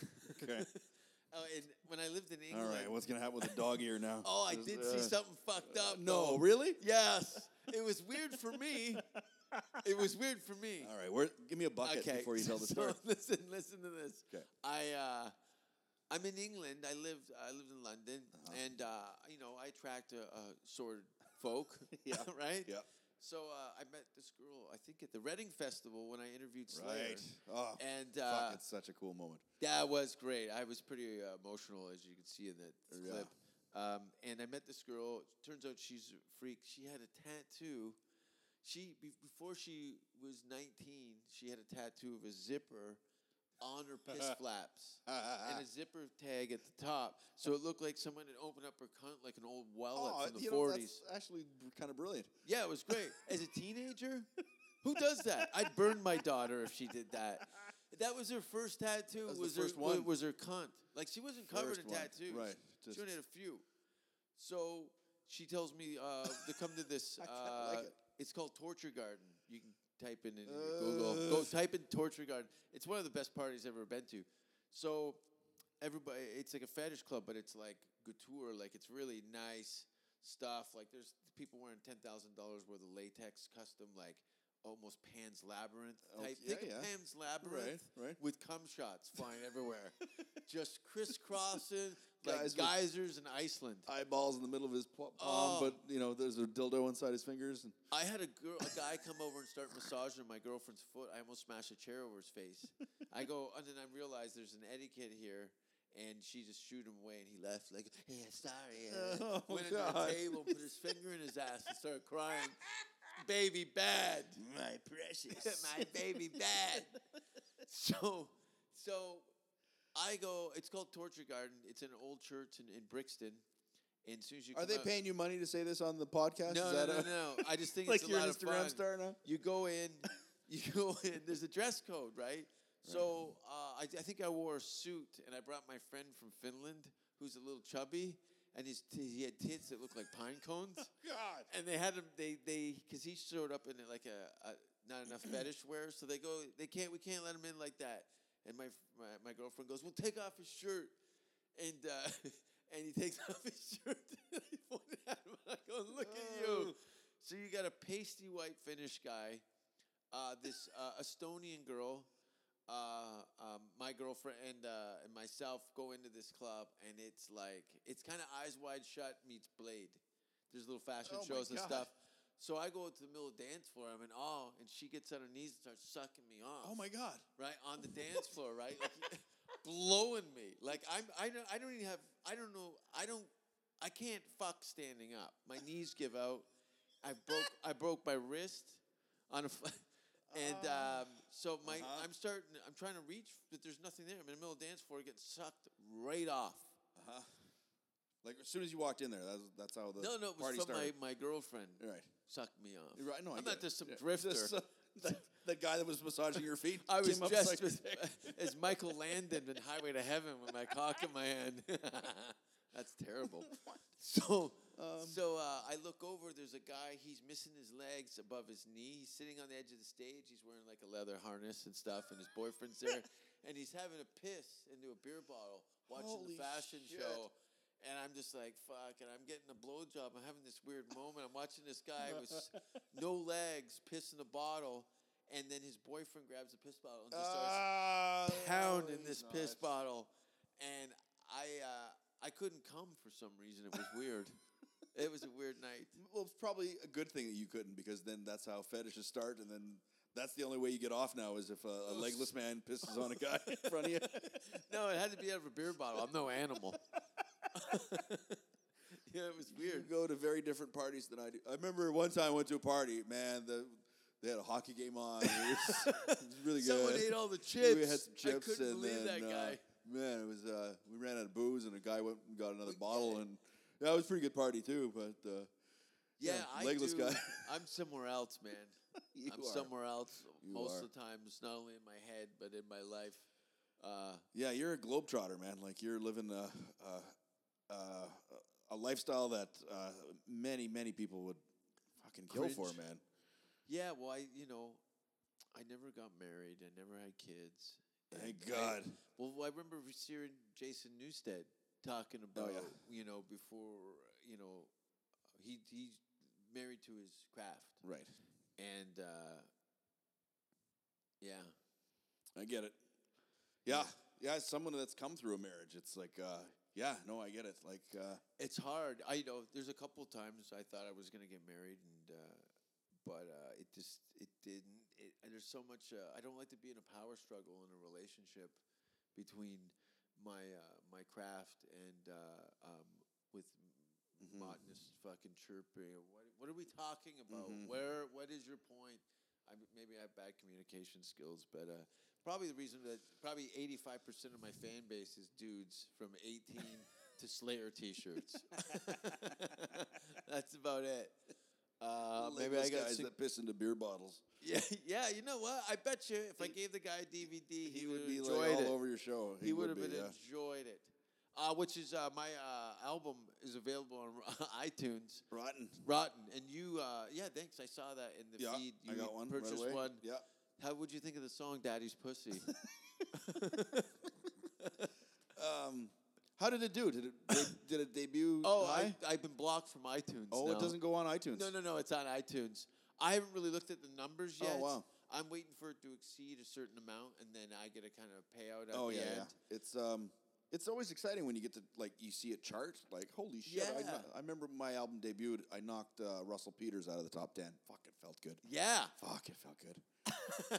[SPEAKER 7] Okay.
[SPEAKER 6] Oh, and when I lived in
[SPEAKER 7] All
[SPEAKER 6] England.
[SPEAKER 7] right, what's gonna happen with the dog ear now?
[SPEAKER 6] Oh, I
[SPEAKER 7] Is,
[SPEAKER 6] did
[SPEAKER 7] uh,
[SPEAKER 6] see something fucked up.
[SPEAKER 7] No,
[SPEAKER 6] though.
[SPEAKER 7] really?
[SPEAKER 6] Yes, it was weird for me. It was weird for me.
[SPEAKER 7] All right, where, give me a bucket before you tell the
[SPEAKER 6] so
[SPEAKER 7] story.
[SPEAKER 6] Listen, listen to this.
[SPEAKER 7] 'Kay.
[SPEAKER 6] I uh, I'm in England. I lived I lived in London,
[SPEAKER 7] Uh-huh.
[SPEAKER 6] and uh, you know I attract a, a sword folk. yeah. right.
[SPEAKER 7] Yeah.
[SPEAKER 6] So uh, I met this girl. I think at the Reading Festival when I interviewed Slayer.
[SPEAKER 7] Right. Oh,
[SPEAKER 6] And
[SPEAKER 7] fuck,
[SPEAKER 6] uh,
[SPEAKER 7] it's such a cool moment.
[SPEAKER 6] that was great. I was pretty uh, emotional, as you can see in that
[SPEAKER 7] Yeah.
[SPEAKER 6] clip. Um, and I met this girl. Turns out she's a freak. She had a tattoo. She be- before she was nineteen, she had a tattoo of a zipper on her piss flaps and a zipper tag at the top, so it looked like someone had opened up her cunt like an old wallet
[SPEAKER 7] oh,
[SPEAKER 6] from the
[SPEAKER 7] you know,
[SPEAKER 6] forties.
[SPEAKER 7] that's actually kind of brilliant.
[SPEAKER 6] Yeah, it was great. As a teenager, who does that? I'd burn my daughter if she did that. That was her first tattoo.
[SPEAKER 7] was the
[SPEAKER 6] was
[SPEAKER 7] first
[SPEAKER 6] her
[SPEAKER 7] one.
[SPEAKER 6] was her cunt. Like she wasn't covered
[SPEAKER 7] First
[SPEAKER 6] in
[SPEAKER 7] one,
[SPEAKER 6] tattoos.
[SPEAKER 7] right,
[SPEAKER 6] She
[SPEAKER 7] just-
[SPEAKER 6] only had a few. So she tells me uh, to come to this.
[SPEAKER 7] I kinda
[SPEAKER 6] uh,
[SPEAKER 7] like it.
[SPEAKER 6] It's called Torture Garden. You can type in in Google.
[SPEAKER 7] Uh.
[SPEAKER 6] Go type in Torture Garden. It's one of the best parties I've ever been to. So everybody, it's like a fetish club, but it's like couture. Like it's really nice stuff. Like there's people wearing ten thousand dollars worth of latex, custom like almost Pan's Labyrinth
[SPEAKER 7] Oh,
[SPEAKER 6] type.
[SPEAKER 7] yeah,
[SPEAKER 6] Think
[SPEAKER 7] yeah.
[SPEAKER 6] of Pan's Labyrinth
[SPEAKER 7] right.
[SPEAKER 6] with cum shots flying everywhere, just crisscrossing like
[SPEAKER 7] Guys with-
[SPEAKER 6] geysers in Iceland.
[SPEAKER 7] Eyeballs in the middle of his pl- palm,
[SPEAKER 6] Oh.
[SPEAKER 7] but you know, there's a dildo inside his fingers. And
[SPEAKER 6] I had a girl, a guy come over and start massaging my girlfriend's foot. I almost smashed a chair over his face. I go, and then I realize there's an etiquette here, and she just shooed him away, and he left like, "Yeah, sorry." uh,"
[SPEAKER 7] Oh,
[SPEAKER 6] went under
[SPEAKER 7] God.
[SPEAKER 6] the table, and put his finger in his ass, and started crying. Baby, bad.
[SPEAKER 7] my precious,
[SPEAKER 6] my baby bad. So, so I go. It's called Torture Garden. It's an old church in, in Brixton. And as soon as you
[SPEAKER 7] Are
[SPEAKER 6] come
[SPEAKER 7] they
[SPEAKER 6] out-
[SPEAKER 7] paying you money to say this on the podcast?
[SPEAKER 6] No,
[SPEAKER 7] Is
[SPEAKER 6] no,
[SPEAKER 7] that
[SPEAKER 6] no,
[SPEAKER 7] a-
[SPEAKER 6] no. I just think
[SPEAKER 7] like
[SPEAKER 6] it's a
[SPEAKER 7] you're
[SPEAKER 6] lot
[SPEAKER 7] an
[SPEAKER 6] of
[SPEAKER 7] Instagram
[SPEAKER 6] fun.
[SPEAKER 7] star now.
[SPEAKER 6] You go in, you go in. There's a dress code, right? So uh, I, I think I wore a suit, and I brought my friend from Finland, who's a little chubby, and his t- he had tits that looked like pine cones.
[SPEAKER 7] God.
[SPEAKER 6] And they had him. They they because he showed up in like a, a not enough fetish wear, so they go. They can't. We can't let him in like that. And my f- my, my girlfriend goes, "Well, take off his shirt." And uh, and he takes off his shirt. and I pointed at him. And I go, "Look at you." So you got a pasty white Finnish guy, uh, this uh, Estonian girl. Uh, um, my girlfriend and, uh, and myself go into this club, and it's like it's kind of eyes wide shut meets Blade. There's little fashion
[SPEAKER 7] Oh my
[SPEAKER 6] shows and
[SPEAKER 7] God.
[SPEAKER 6] stuff. So I go to the middle of the dance floor. I'm in awe, and she gets on her knees and starts sucking me off.
[SPEAKER 7] Oh my God.
[SPEAKER 6] Right on the dance floor, right? Like, blowing me. Like I'm. I don't. I don't even have. I don't know. I don't. I can't fuck standing up. My knees give out. I broke. I broke my wrist on a. F- and um, so my.
[SPEAKER 7] Oh. Uh-huh.
[SPEAKER 6] I'm starting. I'm trying to reach, but there's nothing there. I'm in the middle of the dance floor, getting sucked right off.
[SPEAKER 7] Uh-huh. Like as soon as you walked in there, that's that's how the
[SPEAKER 6] No, no, it was
[SPEAKER 7] party
[SPEAKER 6] from
[SPEAKER 7] started.
[SPEAKER 6] my, my girlfriend.
[SPEAKER 7] You're right.
[SPEAKER 6] Sucked me off.
[SPEAKER 7] You're right. No, I
[SPEAKER 6] I'm not
[SPEAKER 7] get it.
[SPEAKER 6] just some
[SPEAKER 7] Yeah.
[SPEAKER 6] drifter.
[SPEAKER 7] Just, uh, that, that guy that was massaging your feet.
[SPEAKER 6] I was
[SPEAKER 7] came up
[SPEAKER 6] dressed
[SPEAKER 7] like-
[SPEAKER 6] with, uh, as Michael Landon in Highway to Heaven with my cock in my hand. That's terrible. So,
[SPEAKER 7] Um,
[SPEAKER 6] so uh, I look over. There's a guy. He's missing his legs above his knee. He's sitting on the edge of the stage. He's wearing like a leather harness and stuff, and his boyfriend's there, and he's having a piss into a beer bottle watching the
[SPEAKER 7] Holy
[SPEAKER 6] fashion
[SPEAKER 7] shit.
[SPEAKER 6] show. And I'm just like, fuck. And I'm getting a blowjob. I'm having this weird moment. I'm watching this guy with s- no legs piss in a bottle. And then his boyfriend grabs the piss bottle and just starts
[SPEAKER 7] Ah,
[SPEAKER 6] pound in this piss
[SPEAKER 7] nice.
[SPEAKER 6] bottle, and I uh, I couldn't come for some reason. It was weird. it was a weird night.
[SPEAKER 7] Well, it's probably a good thing that you couldn't because then that's how fetishes start, and then that's the only way you get off now is if a, a legless man pisses on a guy in front of you.
[SPEAKER 6] No, it had to be out of a beer bottle. I'm no animal. yeah, it was
[SPEAKER 7] You
[SPEAKER 6] weird.
[SPEAKER 7] go to very different parties than I do. I remember one time I went to a party, man. The they had a hockey game on. It was, it was really
[SPEAKER 6] Someone
[SPEAKER 7] good.
[SPEAKER 6] ate all the chips.
[SPEAKER 7] We had some
[SPEAKER 6] I
[SPEAKER 7] chips,
[SPEAKER 6] couldn't
[SPEAKER 7] and
[SPEAKER 6] believe
[SPEAKER 7] then,
[SPEAKER 6] that
[SPEAKER 7] uh,
[SPEAKER 6] guy.
[SPEAKER 7] man, it was. Uh, we ran out of booze, and a guy went and got another bottle, and yeah, it was a pretty good party too. But uh,
[SPEAKER 6] Yeah,
[SPEAKER 7] yeah,
[SPEAKER 6] I
[SPEAKER 7] legless
[SPEAKER 6] do.
[SPEAKER 7] guy.
[SPEAKER 6] I'm somewhere else, man.
[SPEAKER 7] you
[SPEAKER 6] I'm
[SPEAKER 7] are-
[SPEAKER 6] somewhere else
[SPEAKER 7] You
[SPEAKER 6] most
[SPEAKER 7] are.
[SPEAKER 6] of the times, not only in my head but in my life. Uh,
[SPEAKER 7] Yeah, you're a globetrotter, man. Like you're living a a, a, a lifestyle that uh, many many people would fucking kill for,
[SPEAKER 6] Cringe.
[SPEAKER 7] man.
[SPEAKER 6] Yeah, well, I you know, I never got married. I never had kids.
[SPEAKER 7] Thank
[SPEAKER 6] and I-
[SPEAKER 7] God.
[SPEAKER 6] well, I remember re- hearing Jason Newstead talking
[SPEAKER 7] Oh,
[SPEAKER 6] about
[SPEAKER 7] yeah.
[SPEAKER 6] you know before you know he he's married to his craft
[SPEAKER 7] Right.
[SPEAKER 6] and uh, yeah
[SPEAKER 7] I get it. Yeah, yeah. As someone that's come through a marriage, it's like, uh, yeah, no, I get it. Like, uh,
[SPEAKER 6] it's hard. I know there's a couple times I thought I was gonna get married, and uh, but uh, it just it didn't. It, and there's so much. Uh, I don't like to be in a power struggle in a relationship between my uh, my craft and uh, um, with
[SPEAKER 7] Mm-hmm. Uh,
[SPEAKER 6] monotonous fucking chirping. What, what are we talking about?
[SPEAKER 7] Mm-hmm.
[SPEAKER 6] Where? What is your point? I, m- maybe I have bad communication skills, but uh, probably the reason that probably 85% of my fan base is dudes from 18 to Slayer t-shirts. That's about it. Uh, maybe I
[SPEAKER 7] legless
[SPEAKER 6] got
[SPEAKER 7] guys
[SPEAKER 6] sick-
[SPEAKER 7] that piss into beer bottles.
[SPEAKER 6] yeah, yeah. You know what? I bet you if I gave the guy a DVD, he,
[SPEAKER 7] He
[SPEAKER 6] would've
[SPEAKER 7] would be like all
[SPEAKER 6] enjoyed it
[SPEAKER 7] over your show.
[SPEAKER 6] he, would have
[SPEAKER 7] be,
[SPEAKER 6] been
[SPEAKER 7] yeah.
[SPEAKER 6] enjoyed it. Uh, which is uh, my uh, album is available on iTunes,
[SPEAKER 7] rotten.
[SPEAKER 6] Rotten, and you, uh, yeah, thanks. I saw that in the
[SPEAKER 7] Yeah,
[SPEAKER 6] feed. You
[SPEAKER 7] I got one. right
[SPEAKER 6] Purchased
[SPEAKER 7] away.
[SPEAKER 6] one.
[SPEAKER 7] Yeah.
[SPEAKER 6] How would you think of the song "Daddy's Pussy"?
[SPEAKER 7] Um, how did it do? Did it did- did it debut?
[SPEAKER 6] oh,
[SPEAKER 7] high?
[SPEAKER 6] I, I've been blocked from iTunes.
[SPEAKER 7] oh,
[SPEAKER 6] now.
[SPEAKER 7] it doesn't go on iTunes.
[SPEAKER 6] No, no, no. It's on iTunes. I haven't really looked at the numbers
[SPEAKER 7] Oh,
[SPEAKER 6] yet.
[SPEAKER 7] wow.
[SPEAKER 6] I'm waiting for it to exceed a certain amount, and then I get a kind of payout at
[SPEAKER 7] Oh
[SPEAKER 6] the
[SPEAKER 7] yeah,
[SPEAKER 6] end.
[SPEAKER 7] yeah. It's um, it's always exciting when you get to like you see a chart. Like holy shit! I, kno-
[SPEAKER 6] Yeah.
[SPEAKER 7] I remember when my album debuted. I knocked uh, Russell Peters out of the top ten. Fuck, it felt good.
[SPEAKER 6] Yeah.
[SPEAKER 7] Fuck, it felt good.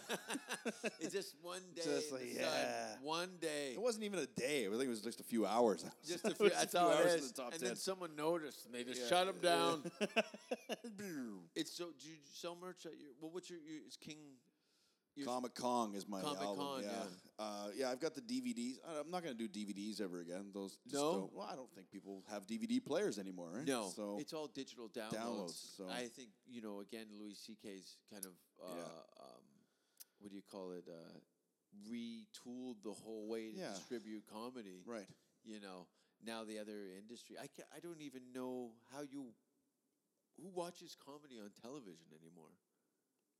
[SPEAKER 6] it's just one day.
[SPEAKER 7] Just
[SPEAKER 6] in
[SPEAKER 7] like,
[SPEAKER 6] the sun,
[SPEAKER 7] yeah.
[SPEAKER 6] One day.
[SPEAKER 7] It wasn't even a day. I think it was just a few hours.
[SPEAKER 6] Just a
[SPEAKER 7] It
[SPEAKER 6] few.
[SPEAKER 7] was
[SPEAKER 6] That's
[SPEAKER 7] few
[SPEAKER 6] all it
[SPEAKER 7] hours in
[SPEAKER 6] is.
[SPEAKER 7] the top
[SPEAKER 6] and
[SPEAKER 7] 10.
[SPEAKER 6] then someone noticed, and they just
[SPEAKER 7] Yeah.
[SPEAKER 6] shut him down.
[SPEAKER 7] Brrr.
[SPEAKER 6] it's so. Do you sell merch at your? Well, what's your? your it's King. Your,
[SPEAKER 7] Comic Kong is my
[SPEAKER 6] Comic
[SPEAKER 7] album.
[SPEAKER 6] Con,
[SPEAKER 7] yeah, Uh, yeah. I've got the DVDs. I- I'm not gonna do DVDs ever again. Those just
[SPEAKER 6] No?
[SPEAKER 7] Don't, well, I don't think people have DVD players anymore. Right?
[SPEAKER 6] no,
[SPEAKER 7] So
[SPEAKER 6] it's all digital downloads.
[SPEAKER 7] Downloads, so-
[SPEAKER 6] I think you know. Again, Louis C.K.'s kind of. Uh, um, what do you call it? Uh, retooled the whole way to
[SPEAKER 7] Yeah.
[SPEAKER 6] distribute comedy.
[SPEAKER 7] right.
[SPEAKER 6] You know, now the other industry. I ca I don't even know how you who watches comedy on television anymore.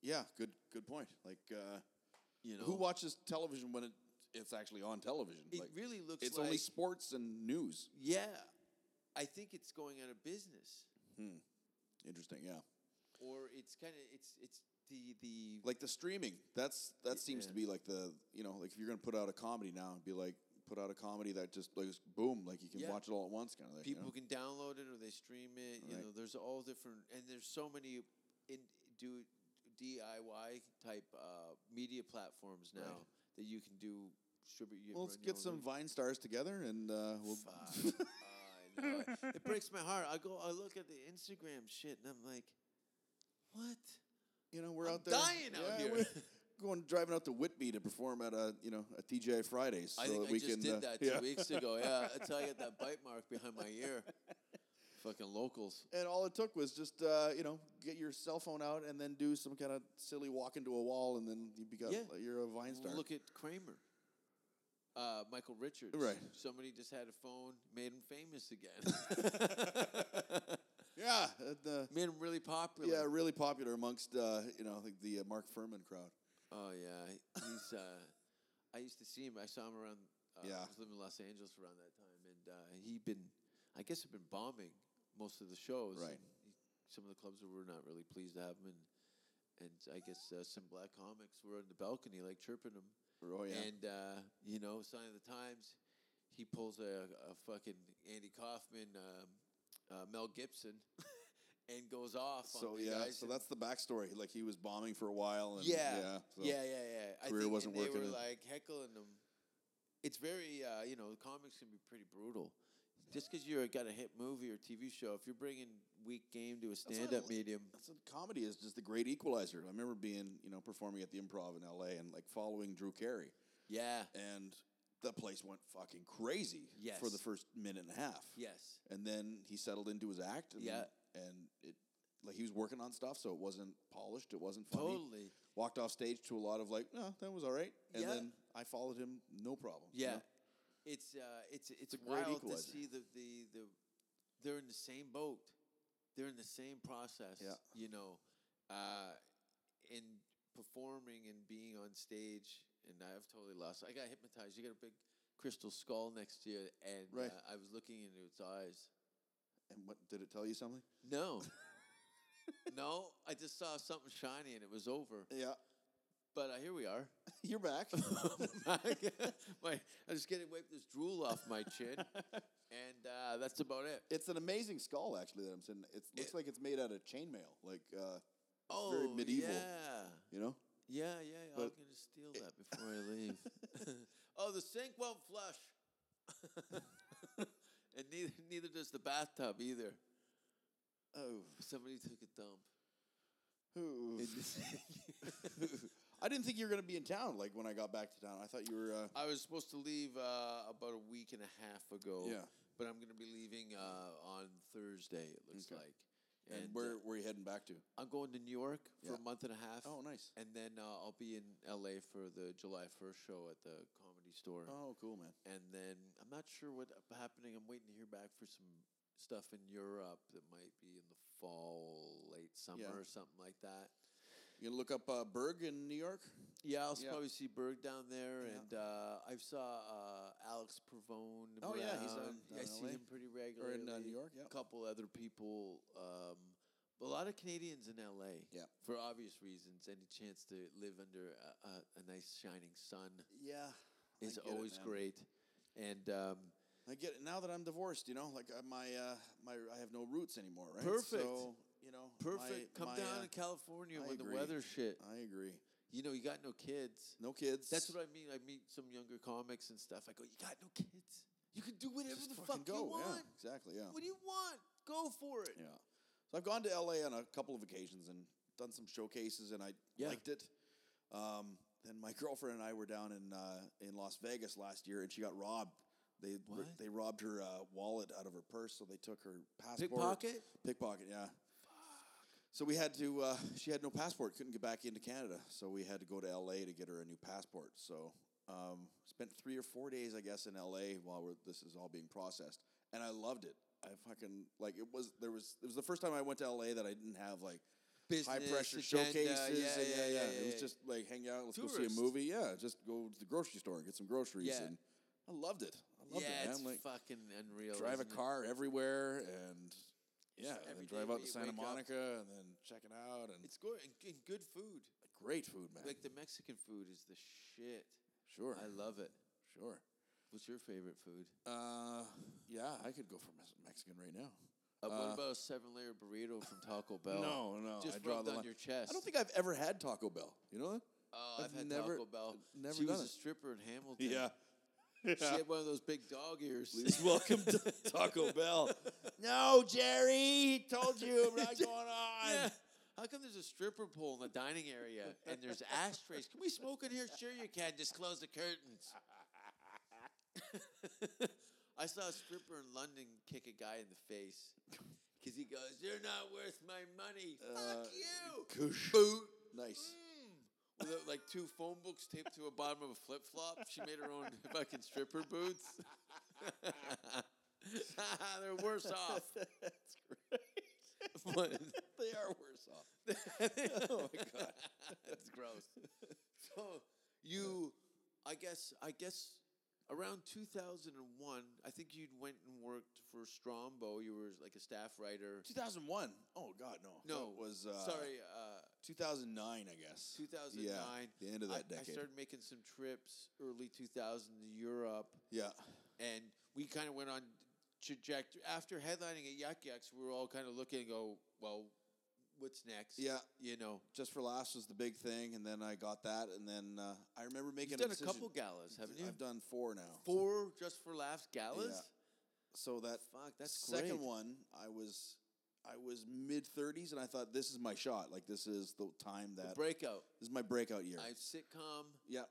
[SPEAKER 7] Yeah, good good point. Like, uh,
[SPEAKER 6] You know
[SPEAKER 7] who watches television when it, it's actually on television?
[SPEAKER 6] It
[SPEAKER 7] like,
[SPEAKER 6] really looks
[SPEAKER 7] it's
[SPEAKER 6] like
[SPEAKER 7] only sports and news.
[SPEAKER 6] yeah. I think it's going out of business,
[SPEAKER 7] Interesting, yeah.
[SPEAKER 6] or it's kind of it's it's the the
[SPEAKER 7] Like the streaming, that's that seems to
[SPEAKER 6] yeah.
[SPEAKER 7] be like the you know like if you're gonna put out a comedy now, be like put out a comedy that just like boom, like you can
[SPEAKER 6] Yeah.
[SPEAKER 7] watch it all at once, kind of thing. you
[SPEAKER 6] people
[SPEAKER 7] know?
[SPEAKER 6] can download it or they stream it. You
[SPEAKER 7] Right.
[SPEAKER 6] know, there's all different, and there's so many in do DIY type uh, media platforms now that you can do distribute. You
[SPEAKER 7] Well, let's
[SPEAKER 6] run your
[SPEAKER 7] get
[SPEAKER 6] own
[SPEAKER 7] some
[SPEAKER 6] thing.
[SPEAKER 7] Vine stars together and uh, we'll.
[SPEAKER 6] Fuck. I know it. it breaks my heart. I go, I look at the Instagram shit, and I'm like, what?
[SPEAKER 7] you know, we're
[SPEAKER 6] I'm
[SPEAKER 7] out there
[SPEAKER 6] dying out here.
[SPEAKER 7] we're Going driving out to Whitby to perform at a you know a TJ Fridays. So
[SPEAKER 6] I think
[SPEAKER 7] that
[SPEAKER 6] I
[SPEAKER 7] we
[SPEAKER 6] just
[SPEAKER 7] can,
[SPEAKER 6] did
[SPEAKER 7] uh,
[SPEAKER 6] that two
[SPEAKER 7] yeah.
[SPEAKER 6] weeks ago. Yeah, until I got that bite mark behind my ear. Fucking locals.
[SPEAKER 7] And all it took was just uh, you know get your cell phone out and then do some kind of silly walk into a wall and then you become
[SPEAKER 6] Yeah.
[SPEAKER 7] you're a Vine star.
[SPEAKER 6] Look at Kramer. Uh, Michael Richards.
[SPEAKER 7] Right.
[SPEAKER 6] Somebody just had a phone, made him famous again.
[SPEAKER 7] yeah, uh, the,
[SPEAKER 6] made him really popular.
[SPEAKER 7] yeah, really popular amongst uh, you know like the uh, Mark Furman crowd.
[SPEAKER 6] Oh yeah. He's. Uh, I used to see him. I saw him around. Uh,
[SPEAKER 7] Yeah.
[SPEAKER 6] I was living in Los Angeles around that time, and uh, he'd been. I guess had been bombing most of the shows.
[SPEAKER 7] Right.
[SPEAKER 6] and he- some of the clubs were not really pleased to have him, and and I guess uh, some black comics were on the balcony like chirping him.
[SPEAKER 7] Oh yeah,
[SPEAKER 6] And uh, you know, sign of the times, he pulls a, a fucking Andy Kaufman, um, uh, Mel Gibson, and goes off.
[SPEAKER 7] so
[SPEAKER 6] on the
[SPEAKER 7] yeah,
[SPEAKER 6] guys
[SPEAKER 7] so
[SPEAKER 6] and-
[SPEAKER 7] that's the backstory. Like he was bombing for a while. And,
[SPEAKER 6] yeah,
[SPEAKER 7] yeah, so-
[SPEAKER 6] yeah, yeah, yeah. I
[SPEAKER 7] career
[SPEAKER 6] think
[SPEAKER 7] wasn't
[SPEAKER 6] and they
[SPEAKER 7] working
[SPEAKER 6] were
[SPEAKER 7] and-
[SPEAKER 6] like heckling them. It's very, uh, you know, comics can be pretty brutal. Just because you're got a hit movie or TV show, if you're bringing weak game to a
[SPEAKER 7] what I
[SPEAKER 6] stand-up
[SPEAKER 7] like-
[SPEAKER 6] medium,
[SPEAKER 7] That's what comedy is just the great equalizer. I remember being, you know, performing at the improv in LA and like following Drew Carey.
[SPEAKER 6] yeah,
[SPEAKER 7] And the place went fucking crazy for the
[SPEAKER 6] Yes.
[SPEAKER 7] first minute and a half.
[SPEAKER 6] yes,
[SPEAKER 7] And then he settled into his act and
[SPEAKER 6] Yeah.
[SPEAKER 7] and it like he was working on stuff so it wasn't polished, it wasn't funny.
[SPEAKER 6] totally.
[SPEAKER 7] Walked off stage to a lot of like, no, that was all right. And
[SPEAKER 6] Yeah.
[SPEAKER 7] then I followed him no problem. you
[SPEAKER 6] Yeah,
[SPEAKER 7] know?
[SPEAKER 6] it's uh, it's it's
[SPEAKER 7] a great
[SPEAKER 6] wild to
[SPEAKER 7] equalizer.
[SPEAKER 6] see the, the the they're in the same boat, they're in the same process.
[SPEAKER 7] Yeah.
[SPEAKER 6] you know, uh, in performing and being on stage, and I've totally lost. I got hypnotized. You got a big crystal skull next to you, and
[SPEAKER 7] Right.
[SPEAKER 6] uh, I was looking into its eyes.
[SPEAKER 7] And what did it tell you something?
[SPEAKER 6] No. no, I just saw something shiny and it was over.
[SPEAKER 7] Yeah.
[SPEAKER 6] But uh, here we are.
[SPEAKER 7] You're back.
[SPEAKER 6] my, I just getting wiped this drool off my chin, and uh, that's about it.
[SPEAKER 7] It's an amazing skull, actually. That I'm sitting. It looks like it's made out of chainmail, like uh,
[SPEAKER 6] Oh,
[SPEAKER 7] very medieval.
[SPEAKER 6] Yeah,
[SPEAKER 7] you know.
[SPEAKER 6] yeah, yeah. yeah. I'm
[SPEAKER 7] But-
[SPEAKER 6] gonna steal that before I leave. oh, the sink won't flush, and neither neither does the bathtub either.
[SPEAKER 7] Oh,
[SPEAKER 6] Somebody took a dump.
[SPEAKER 7] Ooh. I didn't think you were going to be in town. Like when I got back to town, I thought you were. Uh,
[SPEAKER 6] I was supposed to leave uh, about a week and a half ago.
[SPEAKER 7] Yeah.
[SPEAKER 6] but I'm gonna be leaving uh, on Thursday. It looks
[SPEAKER 7] Okay.
[SPEAKER 6] like. uh,
[SPEAKER 7] and where where are you heading back to?
[SPEAKER 6] I'm going to New York for a
[SPEAKER 7] Yeah.
[SPEAKER 6] month and a half.
[SPEAKER 7] Oh, nice.
[SPEAKER 6] And then uh, I'll be in LA for the July 1st show at the comedy store.
[SPEAKER 7] Oh, cool, man.
[SPEAKER 6] And then I'm not sure what's happening. I'm waiting to hear back for some stuff in Europe that might be in the fall, late summer,
[SPEAKER 7] Yeah.
[SPEAKER 6] or something like that.
[SPEAKER 7] You gonna look up uh, Berg in New York?
[SPEAKER 6] Yeah, I'll s-
[SPEAKER 7] Yeah.
[SPEAKER 6] probably see Berg down there, and uh, I saw uh, Alex Provone.
[SPEAKER 7] Oh, yeah, he's
[SPEAKER 6] around.
[SPEAKER 7] down-
[SPEAKER 6] I
[SPEAKER 7] down in
[SPEAKER 6] see
[SPEAKER 7] LA.
[SPEAKER 6] him pretty regularly.
[SPEAKER 7] York, yeah.
[SPEAKER 6] A couple other people, um, a lot of Canadians in LA.
[SPEAKER 7] Yeah.
[SPEAKER 6] for obvious reasons. Any chance to live under a, a, a nice shining sun
[SPEAKER 7] Yeah, I
[SPEAKER 6] is
[SPEAKER 7] get it,
[SPEAKER 6] always
[SPEAKER 7] man.
[SPEAKER 6] great, and um,
[SPEAKER 7] I get it now that I'm divorced. You know, like uh, my uh, my I have no roots anymore, right?
[SPEAKER 6] Perfect.
[SPEAKER 7] So, you know, my-
[SPEAKER 6] perfect. Come
[SPEAKER 7] my,
[SPEAKER 6] down
[SPEAKER 7] uh,
[SPEAKER 6] to California
[SPEAKER 7] I
[SPEAKER 6] when
[SPEAKER 7] agree. Uh,
[SPEAKER 6] the weather shit.
[SPEAKER 7] I agree.
[SPEAKER 6] You know, you got no kids.
[SPEAKER 7] No kids.
[SPEAKER 6] That's what I mean. I meet some younger comics and stuff. I go, you got no kids. You can do whatever
[SPEAKER 7] Just
[SPEAKER 6] the
[SPEAKER 7] fucking
[SPEAKER 6] fuck
[SPEAKER 7] go.
[SPEAKER 6] you want.
[SPEAKER 7] Yeah, exactly. Yeah.
[SPEAKER 6] What do you want? Go for it.
[SPEAKER 7] Yeah. So I've gone to LA on a couple of occasions and done some showcases, and I
[SPEAKER 6] Yeah.
[SPEAKER 7] liked it. Um, then my girlfriend and I were down in uh, in Las Vegas last year, and she got robbed. They r-
[SPEAKER 6] What?
[SPEAKER 7] they robbed her uh, wallet out of her purse, so they took her passport.
[SPEAKER 6] Pickpocket?
[SPEAKER 7] Pickpocket, yeah. So we had to. Uh, she had no passport, couldn't get back into Canada, so we had to go to LA to get her a new passport. So um, spent three or four days, I guess, in LA while we're, this is all being processed. and I loved it. I fucking like it was there was it was the first time I went to LA that I didn't have like high pressure
[SPEAKER 6] Business
[SPEAKER 7] showcases.
[SPEAKER 6] agenda,
[SPEAKER 7] and
[SPEAKER 6] yeah, yeah, yeah,
[SPEAKER 7] It
[SPEAKER 6] yeah.
[SPEAKER 7] was just like hang out, let's go see
[SPEAKER 6] Tourist.
[SPEAKER 7] a movie. Yeah, just go to the grocery store and get some groceries.
[SPEAKER 6] Yeah.
[SPEAKER 7] And I loved it. I loved
[SPEAKER 6] yeah,
[SPEAKER 7] it, man.
[SPEAKER 6] it's
[SPEAKER 7] like
[SPEAKER 6] fucking unreal.
[SPEAKER 7] drive
[SPEAKER 6] isn't
[SPEAKER 7] a
[SPEAKER 6] it?
[SPEAKER 7] car everywhere and yeah, and
[SPEAKER 6] every
[SPEAKER 7] then
[SPEAKER 6] day
[SPEAKER 7] drive
[SPEAKER 6] when
[SPEAKER 7] out to
[SPEAKER 6] you
[SPEAKER 7] Santa
[SPEAKER 6] wake up.
[SPEAKER 7] Monica and then check it out and
[SPEAKER 6] It's good and, and good food.
[SPEAKER 7] great food, man.
[SPEAKER 6] Like the Mexican food is the shit.
[SPEAKER 7] sure,
[SPEAKER 6] I love it.
[SPEAKER 7] sure.
[SPEAKER 6] What's your favorite food?
[SPEAKER 7] Uh, yeah, I could go for Mes- Mexican right now.
[SPEAKER 6] Uh, what
[SPEAKER 7] Uh,
[SPEAKER 6] about a seven-layer burrito from Taco Bell?
[SPEAKER 7] No, no,
[SPEAKER 6] just
[SPEAKER 7] I draw
[SPEAKER 6] rubbed
[SPEAKER 7] the
[SPEAKER 6] on
[SPEAKER 7] line.
[SPEAKER 6] your chest.
[SPEAKER 7] I don't think I've ever had Taco Bell. You know that?
[SPEAKER 6] Oh, I've,
[SPEAKER 7] I've
[SPEAKER 6] had
[SPEAKER 7] never-
[SPEAKER 6] Taco Bell.
[SPEAKER 7] never
[SPEAKER 6] she
[SPEAKER 7] done
[SPEAKER 6] was a
[SPEAKER 7] it.
[SPEAKER 6] stripper in Hamilton. she
[SPEAKER 7] Yeah.
[SPEAKER 6] had one of those big dog ears.
[SPEAKER 7] Please welcome to Taco Bell. No, Jerry, he told you I'm not going on.
[SPEAKER 6] Yeah. How come there's a stripper pole in the dining area and there's ashtrays? Can we smoke in here? Sure, you can. Just close the curtains. I saw a stripper in London kick a guy in the face because he goes, "You're not worth my money.
[SPEAKER 7] Uh,
[SPEAKER 6] Fuck you."
[SPEAKER 7] Kush.
[SPEAKER 6] Boot.
[SPEAKER 7] Nice.
[SPEAKER 6] With uh, like two phone books taped to a bottom of a flip flop. She made her own fucking stripper boots. They're worse off.
[SPEAKER 7] That's great.
[SPEAKER 6] What?
[SPEAKER 7] they are worse off.
[SPEAKER 6] oh
[SPEAKER 7] my God.
[SPEAKER 6] that's gross. So you, I guess, I guess, around two thousand and one, I think you went and worked for Strombo. You were like a staff writer.
[SPEAKER 7] 2001. Oh God, no.
[SPEAKER 6] No,
[SPEAKER 7] That was uh,
[SPEAKER 6] sorry, uh,
[SPEAKER 7] 2009, I guess.
[SPEAKER 6] two thousand nine.
[SPEAKER 7] Yeah, the end of that
[SPEAKER 6] I,
[SPEAKER 7] decade.
[SPEAKER 6] I started making some trips early two thousand to Europe,
[SPEAKER 7] yeah,
[SPEAKER 6] and we kind of went on trajectory after headlining at Yak Yaks. We were all kind of looking and go, well, what's next?
[SPEAKER 7] Yeah.
[SPEAKER 6] you know.
[SPEAKER 7] just for last was the big thing, and then I got that, and then uh, I remember
[SPEAKER 6] You've
[SPEAKER 7] making
[SPEAKER 6] done
[SPEAKER 7] a,
[SPEAKER 6] a
[SPEAKER 7] decision-
[SPEAKER 6] couple galas, haven't you?
[SPEAKER 7] I've done four now.
[SPEAKER 6] four just for laughs galas.
[SPEAKER 7] So that
[SPEAKER 6] Fuck, that's
[SPEAKER 7] second
[SPEAKER 6] great.
[SPEAKER 7] one, I was I was mid 30s, and I thought this is my shot. Like this is the time
[SPEAKER 6] The
[SPEAKER 7] that
[SPEAKER 6] breakout.
[SPEAKER 7] this is my breakout year.
[SPEAKER 6] I have sitcom.
[SPEAKER 7] yeah,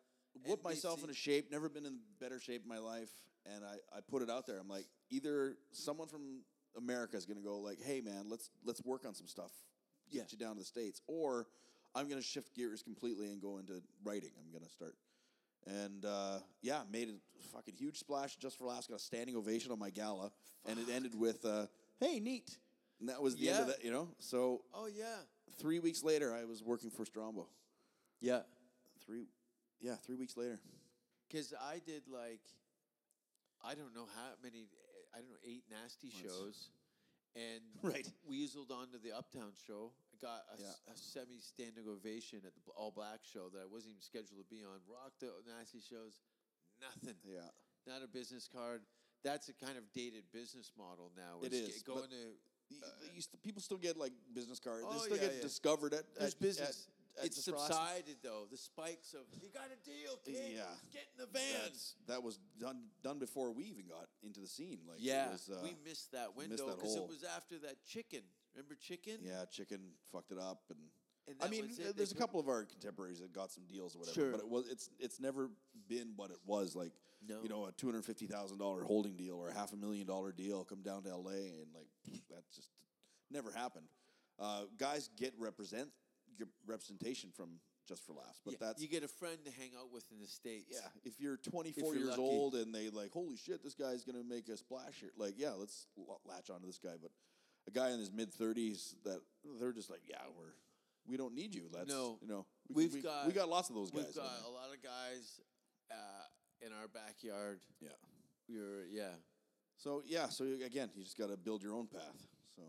[SPEAKER 7] whooped myself
[SPEAKER 6] NBC.
[SPEAKER 7] into shape. Never been in better shape in my life, and I I put it out there. I'm like, either someone from America is gonna go like, hey man, let's let's work on some stuff, get
[SPEAKER 6] Yeah.
[SPEAKER 7] you down to the states, or I'm gonna shift gears completely and go into writing. I'm gonna start. And uh, yeah, made a fucking huge splash just for last. Got a standing ovation on my gala, and it ended with, uh, "Hey, neat," and that was the end of
[SPEAKER 6] Yeah.
[SPEAKER 7] that. You know, so
[SPEAKER 6] Oh yeah.
[SPEAKER 7] three weeks later, I was working for Strombo.
[SPEAKER 6] Yeah.
[SPEAKER 7] Three, yeah, three weeks later.
[SPEAKER 6] Because I did like, I don't know how many, eh, I don't know eight nasty shows, and
[SPEAKER 7] Right.
[SPEAKER 6] weaseled onto the Uptown show. I got a, s-
[SPEAKER 7] Yeah.
[SPEAKER 6] a semi-standing ovation at the All Black show that I wasn't even scheduled to be on. Rocked the nasty shows. Nothing.
[SPEAKER 7] Yeah.
[SPEAKER 6] Not a business card. That's a kind of dated business model now.
[SPEAKER 7] It
[SPEAKER 6] It's g-
[SPEAKER 7] is, but
[SPEAKER 6] going to
[SPEAKER 7] You- you st- people still get like business cards.
[SPEAKER 6] Uh, Oh,
[SPEAKER 7] they still
[SPEAKER 6] yeah,
[SPEAKER 7] get
[SPEAKER 6] yeah.
[SPEAKER 7] discovered at,
[SPEAKER 6] There's
[SPEAKER 7] at
[SPEAKER 6] business.
[SPEAKER 7] at- at
[SPEAKER 6] it's
[SPEAKER 7] DeFrost.
[SPEAKER 6] subsided though. The spikes of you got a deal, kid.
[SPEAKER 7] Yeah.
[SPEAKER 6] Get in the van.
[SPEAKER 7] That's- that was done done before we even got into the scene. Like it
[SPEAKER 6] yeah,
[SPEAKER 7] was, uh,
[SPEAKER 6] we missed that window
[SPEAKER 7] that
[SPEAKER 6] because it
[SPEAKER 7] whole-
[SPEAKER 6] was after that chicken. Remember chicken?
[SPEAKER 7] yeah, chicken fucked it up, and,
[SPEAKER 6] And
[SPEAKER 7] I
[SPEAKER 6] that
[SPEAKER 7] mean,
[SPEAKER 6] was it.
[SPEAKER 7] th-
[SPEAKER 6] They
[SPEAKER 7] there's a
[SPEAKER 6] put-
[SPEAKER 7] couple of our contemporaries that got some deals or whatever,
[SPEAKER 6] Sure.
[SPEAKER 7] but it was it's it's never been what it was like.
[SPEAKER 6] No.
[SPEAKER 7] You know, a two hundred fifty thousand dollar holding deal or a half a million dollar deal come down to L.A. and like that just never happened. Uh, guys get represent get representation from just for laughs, but
[SPEAKER 6] Yeah,
[SPEAKER 7] that's
[SPEAKER 6] you get a friend to hang out with in the states.
[SPEAKER 7] Yeah, if you're 24
[SPEAKER 6] you're
[SPEAKER 7] years
[SPEAKER 6] lucky.
[SPEAKER 7] old and they like, holy shit, this guy's gonna make a splash here. Like, yeah, let's l- latch onto this guy. But a guy in his mid 30s that they're just like, yeah, we're we don't need you. Let's
[SPEAKER 6] No.
[SPEAKER 7] you know we,
[SPEAKER 6] We've
[SPEAKER 7] we-
[SPEAKER 6] got-
[SPEAKER 7] we got lots of those guys.
[SPEAKER 6] we've
[SPEAKER 7] don't
[SPEAKER 6] got
[SPEAKER 7] we?
[SPEAKER 6] a lot of guys uh, in our backyard.
[SPEAKER 7] yeah.
[SPEAKER 6] You're yeah,
[SPEAKER 7] So yeah, so you- again, you just got to build your own path. So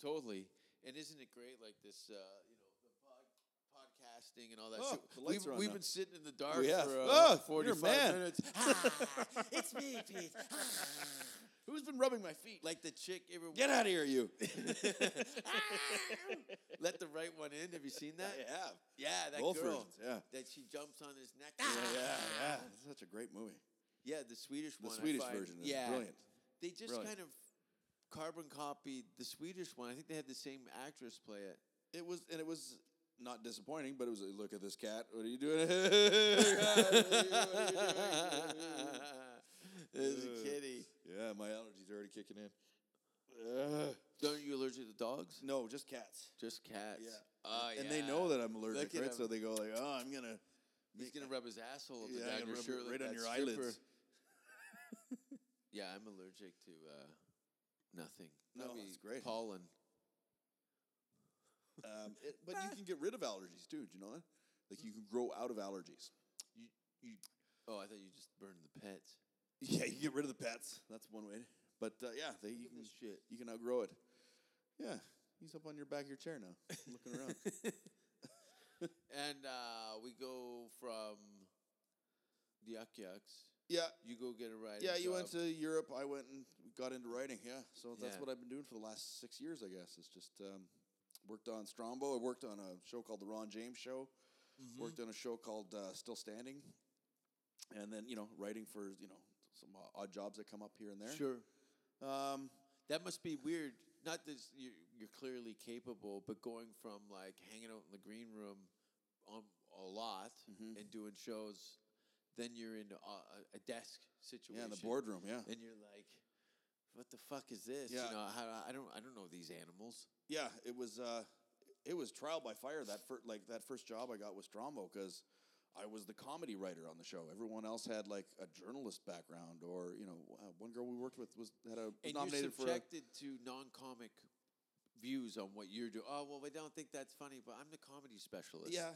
[SPEAKER 6] totally. And isn't it great? Like this, uh, you know, the pod- podcasting and all that.
[SPEAKER 7] Oh,
[SPEAKER 6] shit.
[SPEAKER 7] the lights
[SPEAKER 6] we've
[SPEAKER 7] are on
[SPEAKER 6] we've
[SPEAKER 7] now.
[SPEAKER 6] been sitting in the dark
[SPEAKER 7] have.
[SPEAKER 6] for uh,
[SPEAKER 7] Oh, you're a
[SPEAKER 6] 45
[SPEAKER 7] man.
[SPEAKER 6] minutes. Ah, it's me, Pete. Ah.
[SPEAKER 7] who's been rubbing my feet?
[SPEAKER 6] like the chick ever
[SPEAKER 7] Get out of here, you!
[SPEAKER 6] Ah. let the right one in. Have you seen that?
[SPEAKER 7] I have
[SPEAKER 6] yeah, that
[SPEAKER 7] both
[SPEAKER 6] girl
[SPEAKER 7] versions. Yeah.
[SPEAKER 6] that she jumps on his neck. Ah.
[SPEAKER 7] yeah, yeah, yeah. It's such a great movie.
[SPEAKER 6] yeah. The Swedish
[SPEAKER 7] The
[SPEAKER 6] one. I
[SPEAKER 7] Swedish
[SPEAKER 6] find-
[SPEAKER 7] version is
[SPEAKER 6] yeah,
[SPEAKER 7] brilliant.
[SPEAKER 6] They just
[SPEAKER 7] Brilliant.
[SPEAKER 6] kind of carbon copied the Swedish one. I think they had the same actress play it.
[SPEAKER 7] It was, and it was not disappointing, but it was. Look at this cat. What are you doing? What are you- what are you doing?
[SPEAKER 6] There's
[SPEAKER 7] Ugh.
[SPEAKER 6] a kitty.
[SPEAKER 7] yeah, my allergies are already kicking in.
[SPEAKER 6] Don't you allergic to dogs?
[SPEAKER 7] No, just cats.
[SPEAKER 6] Just cats.
[SPEAKER 7] Yeah.
[SPEAKER 6] Oh,
[SPEAKER 7] And they
[SPEAKER 6] yeah.
[SPEAKER 7] know that I'm allergic,
[SPEAKER 6] Look at
[SPEAKER 7] right? So
[SPEAKER 6] him.
[SPEAKER 7] they go like, "Oh, I'm gonna,
[SPEAKER 6] He's gonna rub his asshole up
[SPEAKER 7] yeah,
[SPEAKER 6] and
[SPEAKER 7] I'm
[SPEAKER 6] down
[SPEAKER 7] gonna
[SPEAKER 6] your
[SPEAKER 7] rub
[SPEAKER 6] shirt
[SPEAKER 7] it
[SPEAKER 6] like
[SPEAKER 7] right on
[SPEAKER 6] that
[SPEAKER 7] your
[SPEAKER 6] stripper.
[SPEAKER 7] eyelids."
[SPEAKER 6] Yeah, I'm allergic to uh, Nothing.
[SPEAKER 7] No,
[SPEAKER 6] Probably
[SPEAKER 7] that's great.
[SPEAKER 6] Pollen.
[SPEAKER 7] Um, it, but you can get rid of allergies too. Do you know that? Like you can grow out of allergies.
[SPEAKER 6] You, you, oh, I thought you just burned the pets.
[SPEAKER 7] Yeah, you get rid of the pets. That's one way. But uh, yeah, they, you can shit. You can outgrow it. Yeah, he's up on your back of your chair now, looking around.
[SPEAKER 6] And uh, we go from the Yuck Yucks.
[SPEAKER 7] yeah,
[SPEAKER 6] You go get a ride.
[SPEAKER 7] yeah. You went to Europe. I went and got into writing. Yeah, so that's
[SPEAKER 6] Yeah.
[SPEAKER 7] what I've been doing for the last six years. I guess it's just um, worked on Strombo. I worked on a show called The Ron James Show.
[SPEAKER 6] uh, Mm-hmm.
[SPEAKER 7] Worked on a show called uh, Still Standing, and then you know writing for you know some o- odd jobs that come up here and there.
[SPEAKER 6] Sure.
[SPEAKER 7] Um,
[SPEAKER 6] That must be weird. Not that you're, you're clearly capable, but going from like hanging out in the green room on a lot
[SPEAKER 7] Mm-hmm.
[SPEAKER 6] and doing shows, then you're in a, a desk situation.
[SPEAKER 7] yeah, in the boardroom. Yeah,
[SPEAKER 6] and you're like, "What the fuck is this?"
[SPEAKER 7] Yeah.
[SPEAKER 6] You know, how, I don't, I don't know these animals.
[SPEAKER 7] Yeah, it was uh, it was trial by fire. That first like that first job I got was Strombo because I was the comedy writer on the show. Everyone else had like a journalist background, or you know, uh, one girl we worked with was had a was
[SPEAKER 6] And
[SPEAKER 7] nominated
[SPEAKER 6] you're
[SPEAKER 7] for. A,
[SPEAKER 6] subjected to non-comic views on what you're doing. Oh well, I don't think that's funny, but I'm the comedy specialist.
[SPEAKER 7] yeah,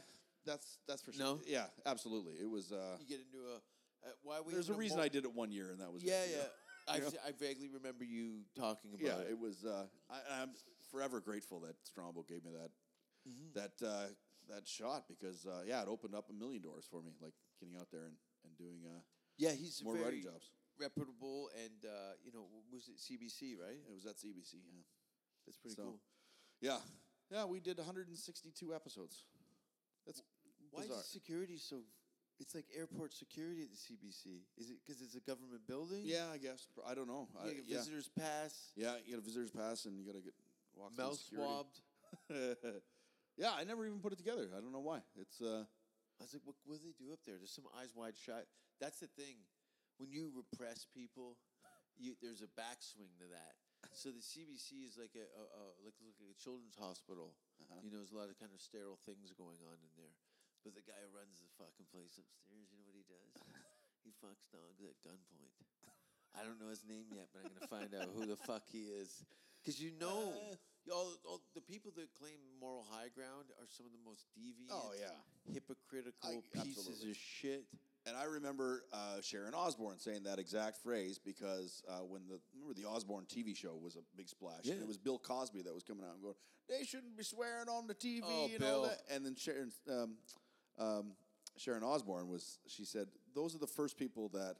[SPEAKER 7] that's that's for sure.
[SPEAKER 6] No?
[SPEAKER 7] yeah, absolutely. It was. Uh,
[SPEAKER 6] you get into a uh, why we.
[SPEAKER 7] there's a
[SPEAKER 6] having
[SPEAKER 7] reason
[SPEAKER 6] mul-
[SPEAKER 7] I did it one year, and that was it,
[SPEAKER 6] Yeah,
[SPEAKER 7] you
[SPEAKER 6] yeah.
[SPEAKER 7] know?
[SPEAKER 6] I,
[SPEAKER 7] Yeah.
[SPEAKER 6] s- I vaguely remember you talking about
[SPEAKER 7] Yeah,
[SPEAKER 6] it.
[SPEAKER 7] it was. Uh, I, I'm forever grateful that Strombo gave me that that uh, that shot because uh, yeah, it opened up a million doors for me. Like getting out there and and doing uh,
[SPEAKER 6] yeah, he's
[SPEAKER 7] more
[SPEAKER 6] very
[SPEAKER 7] writing jobs.
[SPEAKER 6] reputable, and uh, you know, w- was it CBC right?
[SPEAKER 7] It was at CBC. Yeah,
[SPEAKER 6] That's pretty
[SPEAKER 7] So,
[SPEAKER 6] cool.
[SPEAKER 7] Yeah, yeah. We did 162 episodes. That's
[SPEAKER 6] Why
[SPEAKER 7] bizarre.
[SPEAKER 6] is security so? It's like airport security at the CBC. Is it because it's a government building?
[SPEAKER 7] yeah, I guess Pr- I don't know. I-
[SPEAKER 6] You get
[SPEAKER 7] yeah.
[SPEAKER 6] visitors pass.
[SPEAKER 7] yeah, you got a visitor's pass and you got to get walk through
[SPEAKER 6] Mouth
[SPEAKER 7] security.
[SPEAKER 6] swabbed.
[SPEAKER 7] yeah, I never even put it together. I don't know why. It's uh,
[SPEAKER 6] I was like, what, what do they do up there? There's some eyes wide shut. That's the thing. When you repress people, you, there's a backswing to that. So the CBC is like a, a, a like, like a children's hospital.
[SPEAKER 7] Uh-huh.
[SPEAKER 6] You know, there's a lot of kind of sterile things going on in there. But the guy who runs the fucking place upstairs, you know what he does? he fucks dogs at gunpoint. I don't know his name yet, but I'm gonna find out who the fuck he is. Because you know,
[SPEAKER 7] Uh.
[SPEAKER 6] all, all the people that claim moral high ground are some of the most deviant,
[SPEAKER 7] Oh, yeah.
[SPEAKER 6] hypocritical
[SPEAKER 7] I-
[SPEAKER 6] pieces
[SPEAKER 7] absolutely.
[SPEAKER 6] of shit.
[SPEAKER 7] and I remember uh, Sharon Osbourne saying that exact phrase because uh, when the remember the Osbourne TV show was a big splash. and
[SPEAKER 6] Yeah.
[SPEAKER 7] it was Bill Cosby that was coming out and going, "They shouldn't be swearing on the TV
[SPEAKER 6] Oh,
[SPEAKER 7] and
[SPEAKER 6] Bill.
[SPEAKER 7] all that." And then Sharon, um, um, Sharon Osbourne was she said, "Those are the first people that."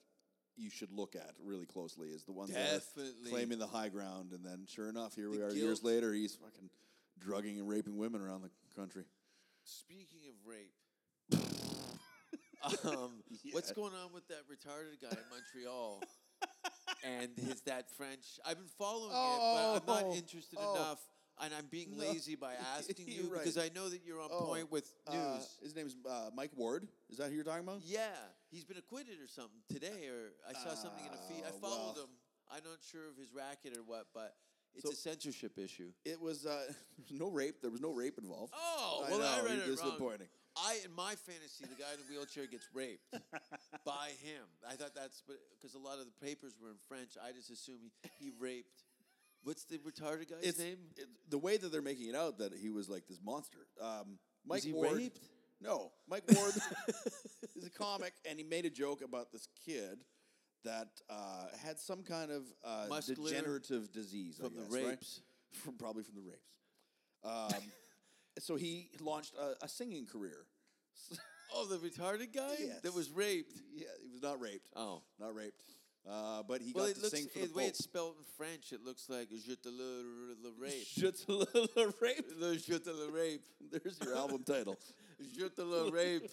[SPEAKER 7] You should look at really closely is the ones that
[SPEAKER 6] Definitely.
[SPEAKER 7] are claiming the high ground, and then sure enough, here we
[SPEAKER 6] The
[SPEAKER 7] are years
[SPEAKER 6] guilt.
[SPEAKER 7] later. He's fucking drugging and raping women around the country.
[SPEAKER 6] Speaking of rape, um, what's going on with that retarded guy in Montreal? and his that French. I've been following it, but I'm
[SPEAKER 7] Oh,
[SPEAKER 6] not interested
[SPEAKER 7] oh.
[SPEAKER 6] enough. And I'm being lazy by asking
[SPEAKER 7] You're
[SPEAKER 6] you
[SPEAKER 7] right.
[SPEAKER 6] because I know that you're on
[SPEAKER 7] Oh,
[SPEAKER 6] point with news.
[SPEAKER 7] Uh, his name's uh, Mike Ward. Is that who you're talking about?
[SPEAKER 6] Yeah, he's been acquitted or something today, or I saw something in a feed. I
[SPEAKER 7] Oh,
[SPEAKER 6] followed
[SPEAKER 7] well.
[SPEAKER 6] him. I'm not sure of his racket or what, but it's
[SPEAKER 7] So-
[SPEAKER 6] a censorship issue.
[SPEAKER 7] It was uh, there was no rape. There was no rape involved.
[SPEAKER 6] Oh,
[SPEAKER 7] I
[SPEAKER 6] well, I
[SPEAKER 7] know,
[SPEAKER 6] read
[SPEAKER 7] you're
[SPEAKER 6] it wrong.
[SPEAKER 7] disappointing.
[SPEAKER 6] I, in my fantasy, the guy in the wheelchair gets raped by him. I thought that's because a lot of the papers were in French. I just assume he, he raped. What's the retarded guy's
[SPEAKER 7] It's
[SPEAKER 6] name?
[SPEAKER 7] it- the way that they're making it out that he was like this monster. Um, Mike
[SPEAKER 6] he
[SPEAKER 7] Ward,
[SPEAKER 6] raped?
[SPEAKER 7] No, Mike Ward is a comic, and he made a joke about this kid that uh, had some kind of uh,
[SPEAKER 6] Muscular
[SPEAKER 7] degenerative disease I
[SPEAKER 6] from the
[SPEAKER 7] guess, right?
[SPEAKER 6] rapes.
[SPEAKER 7] from probably from the rapes. Um, so he launched a, a singing career.
[SPEAKER 6] Oh, the retarded guy that
[SPEAKER 7] Yes.
[SPEAKER 6] was raped.
[SPEAKER 7] Yeah, he was not raped.
[SPEAKER 6] Oh.
[SPEAKER 7] not raped. Uh, but he
[SPEAKER 6] Well,
[SPEAKER 7] got
[SPEAKER 6] it
[SPEAKER 7] to
[SPEAKER 6] looks
[SPEAKER 7] sing for
[SPEAKER 6] the
[SPEAKER 7] the
[SPEAKER 6] way
[SPEAKER 7] Pope.
[SPEAKER 6] it's spelled in French. It looks like je te le, le rape.
[SPEAKER 7] Je te le- le rape.
[SPEAKER 6] Le je te le rape.
[SPEAKER 7] There's your album title.
[SPEAKER 6] Je te le rape.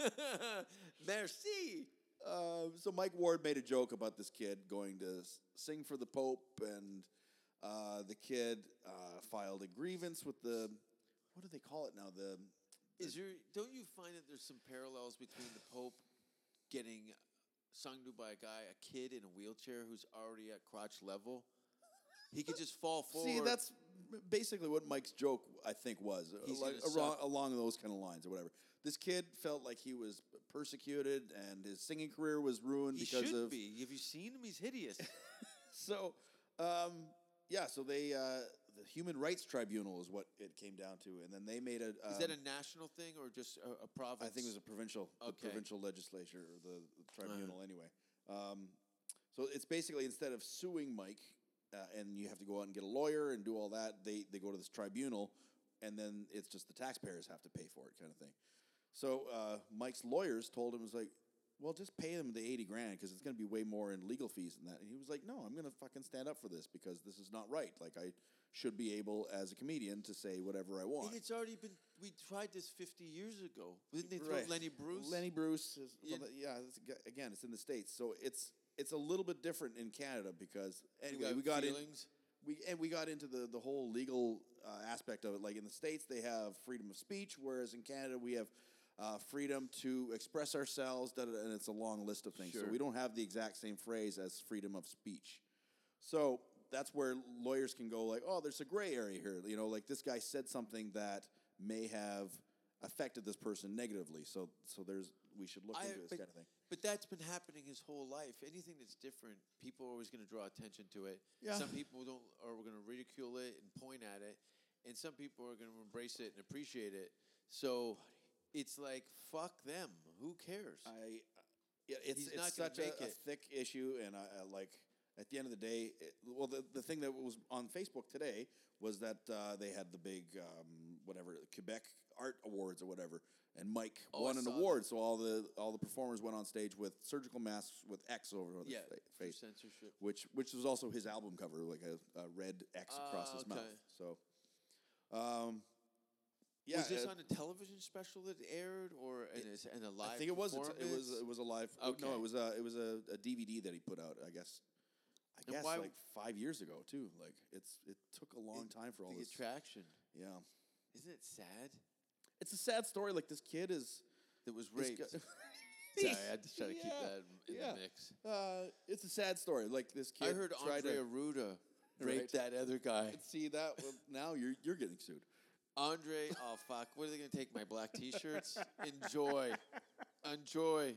[SPEAKER 6] Merci.
[SPEAKER 7] Um, so Mike Ward made a joke about this kid going to s- sing for the Pope, and uh, the kid uh, filed a grievance with the what do they call it now? The
[SPEAKER 6] Is there, don't you find that there's some parallels between the Pope getting sung to by a guy, a kid in a wheelchair who's already at crotch level? He could just fall forward.
[SPEAKER 7] see that's basically what Mike's joke I think was uh,
[SPEAKER 6] He's
[SPEAKER 7] like,
[SPEAKER 6] gonna
[SPEAKER 7] along,
[SPEAKER 6] suck.
[SPEAKER 7] along those kind of lines or whatever. This kid felt like he was persecuted and his singing career was ruined
[SPEAKER 6] he
[SPEAKER 7] because
[SPEAKER 6] should
[SPEAKER 7] of
[SPEAKER 6] be. Have you seen him? He's hideous.
[SPEAKER 7] so. Um, yeah, so they uh, the Human Rights Tribunal is what it came down to, and then they made a.
[SPEAKER 6] Is that
[SPEAKER 7] um,
[SPEAKER 6] a national thing or just a, a province?
[SPEAKER 7] I think it was a provincial,
[SPEAKER 6] Okay. Uh-huh.
[SPEAKER 7] the provincial legislature or the, the tribunal. Anyway, um, so it's basically instead of suing Mike, uh, and you have to go out and get a lawyer and do all that, they they go to this tribunal, and then it's just the taxpayers have to pay for it, kind of thing. So uh, Mike's lawyers told him it was like, well, just pay them the eighty grand because it's going to be way more in legal fees than that. And he was like, no, I'm going to fucking stand up for this because this is not right. Like I should be able as a comedian to say whatever I want.
[SPEAKER 6] And it's already been. We tried this 50 years ago. Didn't they throw
[SPEAKER 7] Right.
[SPEAKER 6] Lenny Bruce?
[SPEAKER 7] Lenny Bruce. Is,
[SPEAKER 6] Yeah.
[SPEAKER 7] well, yeah, it's, ag- again, it's in the states, so it's it's a little bit different in Canada because anyway, we got, in,
[SPEAKER 6] feelings.
[SPEAKER 7] we and we got into the the whole legal uh, aspect of it. Like in the states, they have freedom of speech, whereas in Canada, we have. Uh, freedom to express ourselves, da, da, da, and it's a long list of things. So
[SPEAKER 6] Sure.
[SPEAKER 7] we don't have the exact same phrase as freedom of speech. So that's where lawyers can go like, oh, there's a gray area here. You know, like this guy said something that may have affected this person negatively. So so there's we should look
[SPEAKER 6] I-
[SPEAKER 7] into this
[SPEAKER 6] but,
[SPEAKER 7] kind of thing.
[SPEAKER 6] But that's been happening his whole life. Anything that's different, people are always going to draw attention to it.
[SPEAKER 7] Yeah.
[SPEAKER 6] Some people don't are going to ridicule it and point at it, and some people are going to embrace it and appreciate it. So it's like fuck them. Who cares?
[SPEAKER 7] I yeah, it's
[SPEAKER 6] He's
[SPEAKER 7] it's
[SPEAKER 6] not gonna
[SPEAKER 7] such a,
[SPEAKER 6] make
[SPEAKER 7] a
[SPEAKER 6] it.
[SPEAKER 7] thick issue, and I, I like at the end of the day, it, well, the, the thing that was on Facebook today was that uh, they had the big um, whatever Quebec Art Awards or whatever, and Mike
[SPEAKER 6] Oh, I
[SPEAKER 7] won an
[SPEAKER 6] saw that.
[SPEAKER 7] award, so all the all the performers went on stage with surgical masks with X over their
[SPEAKER 6] yeah,
[SPEAKER 7] fa-
[SPEAKER 6] for
[SPEAKER 7] face.
[SPEAKER 6] censorship.
[SPEAKER 7] which which was also his album cover, like a, a red X across
[SPEAKER 6] Ah,
[SPEAKER 7] his mouth.
[SPEAKER 6] okay.
[SPEAKER 7] So, um, yeah,
[SPEAKER 6] was this
[SPEAKER 7] uh,
[SPEAKER 6] on a television special that aired or in a s in a live?
[SPEAKER 7] I think it was a t- it was
[SPEAKER 6] performance?
[SPEAKER 7] it was a live. No,
[SPEAKER 6] Okay.
[SPEAKER 7] it was a it was a, a DVD that he put out. I guess. I
[SPEAKER 6] And
[SPEAKER 7] guess
[SPEAKER 6] why-
[SPEAKER 7] like five years ago too. Like it's it took a long
[SPEAKER 6] It-
[SPEAKER 7] time for all
[SPEAKER 6] the
[SPEAKER 7] this.
[SPEAKER 6] attraction.
[SPEAKER 7] yeah,
[SPEAKER 6] Isn't it sad?
[SPEAKER 7] it's a sad story. Like this kid is.
[SPEAKER 6] That was
[SPEAKER 7] this
[SPEAKER 6] raped.
[SPEAKER 7] guy-
[SPEAKER 6] Sorry, I had to try to keep
[SPEAKER 7] Yeah,
[SPEAKER 6] that in, in
[SPEAKER 7] yeah.
[SPEAKER 6] the mix.
[SPEAKER 7] Uh, it's a sad story. Like this kid.
[SPEAKER 6] I heard
[SPEAKER 7] tried
[SPEAKER 6] Andre
[SPEAKER 7] to
[SPEAKER 6] Arruda
[SPEAKER 7] Right.
[SPEAKER 6] raped that other guy.
[SPEAKER 7] see that. Well, now you're you're getting sued.
[SPEAKER 6] Andre, oh fuck, what are they gonna take my black T-shirts? Enjoy, enjoy.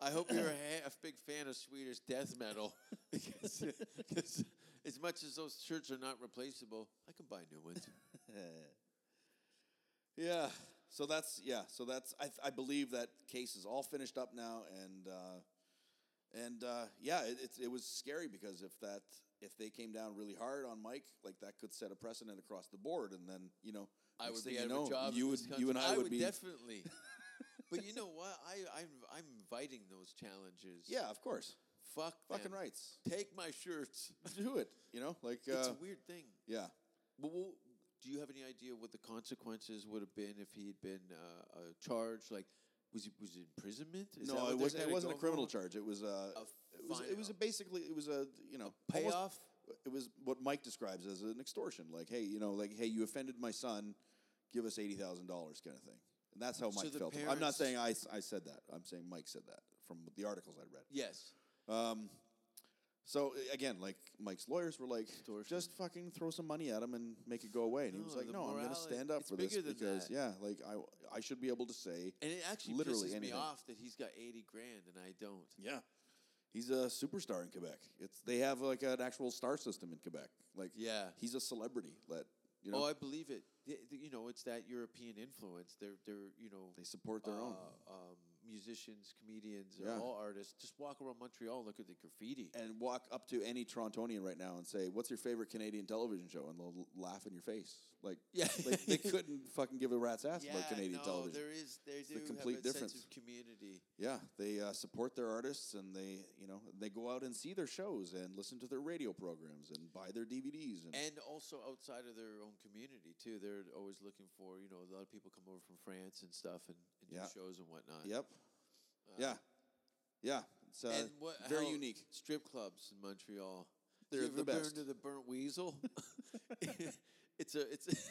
[SPEAKER 6] I hope you're a, ha- a big fan of Swedish death metal because, 'cause as much as those shirts are not replaceable, I can buy new ones.
[SPEAKER 7] Yeah. So that's yeah. So that's I, th- I believe that case is all finished up now, and uh, and uh, yeah, it, it's it was scary because if that if they came down really hard on Mike, like that could set a precedent across the board, and then you know
[SPEAKER 6] I
[SPEAKER 7] next
[SPEAKER 6] would
[SPEAKER 7] thing
[SPEAKER 6] be
[SPEAKER 7] you
[SPEAKER 6] out
[SPEAKER 7] know,
[SPEAKER 6] of a job.
[SPEAKER 7] You
[SPEAKER 6] in
[SPEAKER 7] would
[SPEAKER 6] this
[SPEAKER 7] you and
[SPEAKER 6] country.
[SPEAKER 7] I, would, be
[SPEAKER 6] definitely. but you know what? I I'm, I'm inviting those challenges.
[SPEAKER 7] yeah, of course,
[SPEAKER 6] fuck
[SPEAKER 7] fucking
[SPEAKER 6] them.
[SPEAKER 7] rights.
[SPEAKER 6] Take my shirts.
[SPEAKER 7] Do it, you know, like
[SPEAKER 6] it's
[SPEAKER 7] uh,
[SPEAKER 6] a weird thing.
[SPEAKER 7] yeah.
[SPEAKER 6] But what, do you have any idea what the consequences would have been if he had been uh, uh, charged? Like, was it was it imprisonment? Is that what
[SPEAKER 7] no,
[SPEAKER 6] they're
[SPEAKER 7] it wasn't. It
[SPEAKER 6] kinda
[SPEAKER 7] wasn't a
[SPEAKER 6] going
[SPEAKER 7] criminal
[SPEAKER 6] for?
[SPEAKER 7] charge. It was uh, a. it was.
[SPEAKER 6] fine
[SPEAKER 7] It was a
[SPEAKER 6] out.
[SPEAKER 7] basically. It was a. You know, almost-
[SPEAKER 6] payoff?
[SPEAKER 7] it was what Mike describes as an extortion. Like, hey, you know, like, hey, you offended my son. Give us eighty thousand dollars, kind of thing. And that's how
[SPEAKER 6] So
[SPEAKER 7] Mike
[SPEAKER 6] the
[SPEAKER 7] felt. I'm not
[SPEAKER 6] parents-
[SPEAKER 7] saying I, s- I said that. I'm saying Mike said that from the articles I read.
[SPEAKER 6] Yes.
[SPEAKER 7] Um, so a- again, like Mike's lawyers were like, just fucking throw some money at him and make it go away. And he was
[SPEAKER 6] No,
[SPEAKER 7] like,
[SPEAKER 6] the
[SPEAKER 7] no, I'm going to
[SPEAKER 6] morality-
[SPEAKER 7] stand up
[SPEAKER 6] it's
[SPEAKER 7] for this
[SPEAKER 6] bigger than
[SPEAKER 7] because
[SPEAKER 6] that.
[SPEAKER 7] yeah, like I I should be able to say
[SPEAKER 6] And it actually
[SPEAKER 7] Literally
[SPEAKER 6] pisses
[SPEAKER 7] anything.
[SPEAKER 6] me off that he's got eighty grand and I don't.
[SPEAKER 7] Yeah. He's a superstar in Quebec. It's they have like an actual star system in Quebec. Like
[SPEAKER 6] Yeah.
[SPEAKER 7] he's a celebrity. Let you know
[SPEAKER 6] Oh, I believe it. Th- th- you know, it's that European influence. They're they're you know
[SPEAKER 7] they support their own.
[SPEAKER 6] uh, um, musicians, comedians,
[SPEAKER 7] Yeah.
[SPEAKER 6] all artists. Just walk around Montreal, and look at the graffiti.
[SPEAKER 7] And walk up to any Torontonian right now and say, "What's your favorite Canadian television show?" And they'll l- laugh in your face. Like
[SPEAKER 6] Yeah.
[SPEAKER 7] like, they couldn't fucking give a rat's ass
[SPEAKER 6] yeah,
[SPEAKER 7] about Canadian
[SPEAKER 6] no,
[SPEAKER 7] television.
[SPEAKER 6] there is they
[SPEAKER 7] the
[SPEAKER 6] do
[SPEAKER 7] complete
[SPEAKER 6] have a sense
[SPEAKER 7] difference.
[SPEAKER 6] of community.
[SPEAKER 7] Yeah, they uh, support their artists and they you know they go out and see their shows and listen to their radio programs and buy their DVDs and,
[SPEAKER 6] and also outside of their own community too. They're always looking for you know a lot of people come over from France and stuff and, and
[SPEAKER 7] Yeah.
[SPEAKER 6] do shows and whatnot.
[SPEAKER 7] yep, yeah, yeah. It's uh,
[SPEAKER 6] Uh, and what
[SPEAKER 7] very
[SPEAKER 6] how-
[SPEAKER 7] unique.
[SPEAKER 6] strip clubs in Montreal.
[SPEAKER 7] They're
[SPEAKER 6] you ever
[SPEAKER 7] the
[SPEAKER 6] been
[SPEAKER 7] best.
[SPEAKER 6] to the burnt weasel. it's a it's.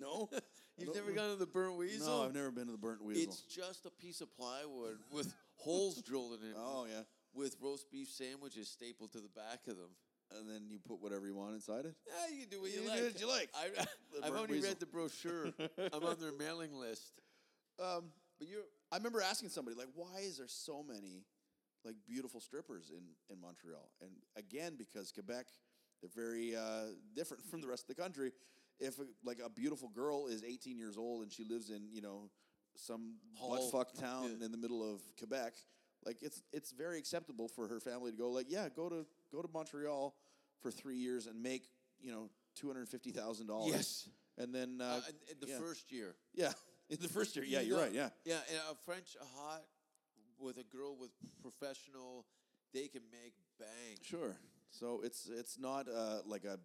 [SPEAKER 7] No,
[SPEAKER 6] You've
[SPEAKER 7] don't
[SPEAKER 6] never
[SPEAKER 7] re-
[SPEAKER 6] gone to the burnt weasel.
[SPEAKER 7] No, I've never been to the burnt weasel.
[SPEAKER 6] It's just a piece of plywood with holes drilled in it.
[SPEAKER 7] oh yeah,
[SPEAKER 6] With roast beef sandwiches stapled to the back of them.
[SPEAKER 7] and then you put whatever you want inside it.
[SPEAKER 6] Yeah, you can do what you,
[SPEAKER 7] You do
[SPEAKER 6] like.
[SPEAKER 7] what you like.
[SPEAKER 6] I,
[SPEAKER 7] The
[SPEAKER 6] I've
[SPEAKER 7] burnt
[SPEAKER 6] only
[SPEAKER 7] weasel.
[SPEAKER 6] read the brochure. I'm on their mailing list.
[SPEAKER 7] Um,
[SPEAKER 6] But you're
[SPEAKER 7] I remember asking somebody like, "Why is there so many like beautiful strippers in in Montreal?" And again, because Quebec They're very uh, different from the rest of the country. If like a beautiful girl is 18 years old and she lives in you know some
[SPEAKER 6] Hall.
[SPEAKER 7] buttfuck town
[SPEAKER 6] Yeah.
[SPEAKER 7] in the middle of Quebec, like it's it's very acceptable for her family to go like yeah go to go to Montreal for three years and make you know two hundred fifty thousand dollars.
[SPEAKER 6] Yes.
[SPEAKER 7] and then uh,
[SPEAKER 6] Uh, in, in the
[SPEAKER 7] yeah.
[SPEAKER 6] first year.
[SPEAKER 7] yeah in the first year yeah
[SPEAKER 6] You
[SPEAKER 7] you're
[SPEAKER 6] know,
[SPEAKER 7] right yeah
[SPEAKER 6] Yeah, and a French hot with a girl with professional, they can make bang.
[SPEAKER 7] Sure. So it's it's not uh, like a,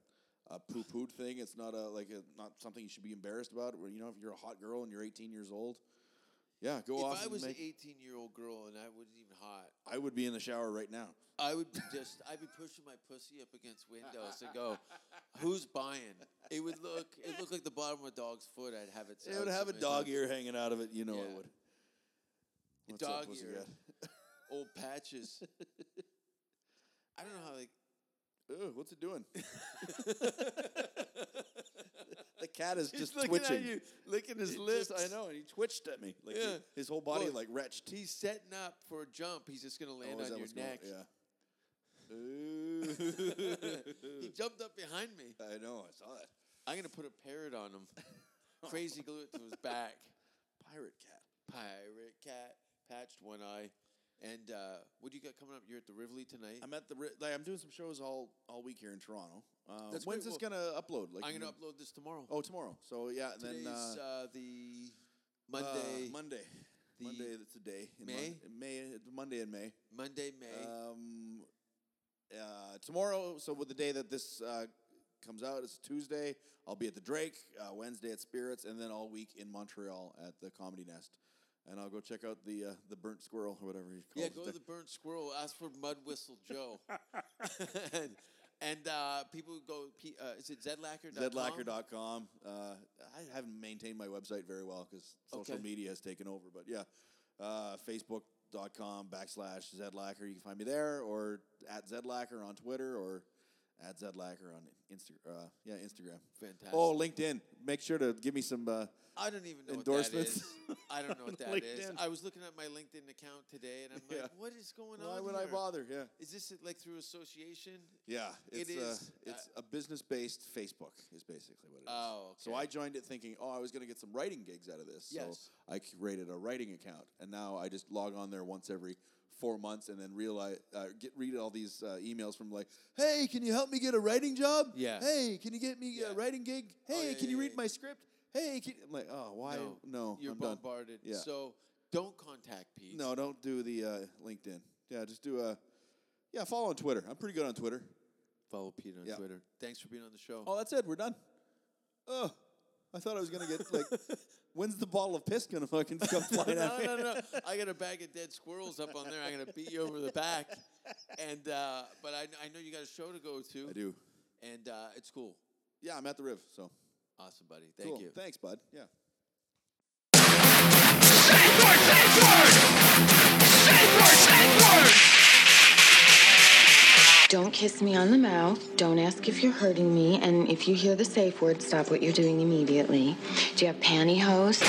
[SPEAKER 7] a poo pooed thing. It's not a like a, not something you should be embarrassed about. Where you know if you're a hot girl and you're 18 years old, yeah, go off.
[SPEAKER 6] if I
[SPEAKER 7] and
[SPEAKER 6] was
[SPEAKER 7] make-
[SPEAKER 6] an 18 year old girl and I wasn't even hot,
[SPEAKER 7] I would be in the shower right now.
[SPEAKER 6] I would be just, I'd be pushing my pussy up against windows and go, who's buying? It would look, it looked like the bottom of a dog's foot. I'd have it.
[SPEAKER 7] It
[SPEAKER 6] out
[SPEAKER 7] would have a
[SPEAKER 6] somewhere.
[SPEAKER 7] dog ear hanging out of it. You know it
[SPEAKER 6] Yeah.
[SPEAKER 7] would.
[SPEAKER 6] A
[SPEAKER 7] What's up,
[SPEAKER 6] dog ear. Old patches. I don't know how they.
[SPEAKER 7] Ugh, what's it doing? the cat is
[SPEAKER 6] He's
[SPEAKER 7] just
[SPEAKER 6] looking at
[SPEAKER 7] twitching,
[SPEAKER 6] you, licking his
[SPEAKER 7] Lips, I
[SPEAKER 6] lips.
[SPEAKER 7] know, and he twitched at me. Like he-
[SPEAKER 6] Yeah.
[SPEAKER 7] his whole body
[SPEAKER 6] Look,
[SPEAKER 7] like retched.
[SPEAKER 6] He's setting up for a jump. He's just gonna land
[SPEAKER 7] Oh, is that
[SPEAKER 6] on your
[SPEAKER 7] what's going-
[SPEAKER 6] neck.
[SPEAKER 7] Yeah. Ooh.
[SPEAKER 6] he jumped up behind me.
[SPEAKER 7] I know. I saw that.
[SPEAKER 6] I'm gonna put a parrot on him. Crazy glue it to his back.
[SPEAKER 7] Pirate cat.
[SPEAKER 6] Pirate cat, patched one eye. And uh, what do you got coming up? You're at the Rivoli tonight.
[SPEAKER 7] I'm at the ri- like, I'm doing some shows all all week here in Toronto. Uh,
[SPEAKER 6] That's
[SPEAKER 7] when's
[SPEAKER 6] great.
[SPEAKER 7] this gonna upload? Like
[SPEAKER 6] I'm gonna
[SPEAKER 7] you-
[SPEAKER 6] upload this tomorrow.
[SPEAKER 7] Oh, tomorrow. So yeah, and
[SPEAKER 6] Today's
[SPEAKER 7] then uh,
[SPEAKER 6] uh, the
[SPEAKER 7] uh,
[SPEAKER 6] Monday,
[SPEAKER 7] Monday.
[SPEAKER 6] the
[SPEAKER 7] Monday. That's the day. In
[SPEAKER 6] May?
[SPEAKER 7] Mon- May. it's Monday in May.
[SPEAKER 6] Monday, May.
[SPEAKER 7] Um, uh, tomorrow. So with the day that this uh, comes out, it's Tuesday. I'll be at the Drake. Uh, Wednesday at Spirits, and then all week in Montreal at the Comedy Nest. And I'll go check out the uh, the burnt squirrel or whatever you call
[SPEAKER 6] Yeah,
[SPEAKER 7] it.
[SPEAKER 6] go to the burnt squirrel. Ask for Mud Whistle Joe. and and uh, people who go. P- Uh, is it Zedlacker?
[SPEAKER 7] Zedlacker.com. Uh, I haven't maintained my website very well because social
[SPEAKER 6] Okay.
[SPEAKER 7] media has taken over. But yeah, uh, Facebook.com backslash Zedlacker. You can find me there or at Zedlacker on Twitter or at Zedlacker on Instagram. Uh, yeah, Instagram.
[SPEAKER 6] Fantastic.
[SPEAKER 7] Oh, LinkedIn. Make sure to give me some. Uh,
[SPEAKER 6] I don't even know
[SPEAKER 7] Endorsements.
[SPEAKER 6] What that is. I don't know what that is.
[SPEAKER 7] LinkedIn.
[SPEAKER 6] I was looking at my LinkedIn account today, and I'm like,
[SPEAKER 7] Yeah.
[SPEAKER 6] what is going
[SPEAKER 7] why
[SPEAKER 6] on?
[SPEAKER 7] would I
[SPEAKER 6] here?
[SPEAKER 7] bother? Yeah.
[SPEAKER 6] Is this like through association?
[SPEAKER 7] Yeah,
[SPEAKER 6] It
[SPEAKER 7] it's uh,
[SPEAKER 6] is, uh,
[SPEAKER 7] it's a business based Facebook is basically what it is.
[SPEAKER 6] Oh,
[SPEAKER 7] So
[SPEAKER 6] okay.
[SPEAKER 7] I joined it thinking, oh, I was going to get some writing gigs out of this.
[SPEAKER 6] Yes.
[SPEAKER 7] So I created a writing account, and now I just log on there once every four months, and then realize uh, get read all these uh, emails from like, hey, can you help me get a writing job?
[SPEAKER 6] Yeah.
[SPEAKER 7] Hey, can you get me
[SPEAKER 6] Yeah. Oh,
[SPEAKER 7] a writing gig? Hey,
[SPEAKER 6] yeah,
[SPEAKER 7] can
[SPEAKER 6] yeah,
[SPEAKER 7] you read
[SPEAKER 6] yeah.
[SPEAKER 7] my script? Hey, can I'm like, oh, why? No,
[SPEAKER 6] you're
[SPEAKER 7] I'm done.
[SPEAKER 6] bombarded.
[SPEAKER 7] Yeah.
[SPEAKER 6] So don't contact Pete.
[SPEAKER 7] No, don't do the uh, LinkedIn. Yeah, just do a. Yeah, follow on Twitter. I'm pretty good on Twitter.
[SPEAKER 6] follow Pete on
[SPEAKER 7] Yeah.
[SPEAKER 6] Twitter. Thanks for being on the show.
[SPEAKER 7] Oh, that's it. We're done. Oh, I thought I was gonna get like, when's the bottle of piss gonna fucking come flying
[SPEAKER 6] no,
[SPEAKER 7] out?
[SPEAKER 6] no, no. I got a bag of dead squirrels up on there. I'm gonna beat you over the back. And uh, but I, I know you got a show to go to.
[SPEAKER 7] I do.
[SPEAKER 6] And uh, it's cool.
[SPEAKER 7] Yeah, I'm at the Riv. So
[SPEAKER 6] Awesome, buddy. Thank
[SPEAKER 7] Cool.
[SPEAKER 6] you.
[SPEAKER 7] Thanks, bud. Yeah.
[SPEAKER 4] Don't kiss me on the mouth. Don't ask if you're hurting me. And if you hear the safe word, stop what you're doing immediately. Do you have pantyhose?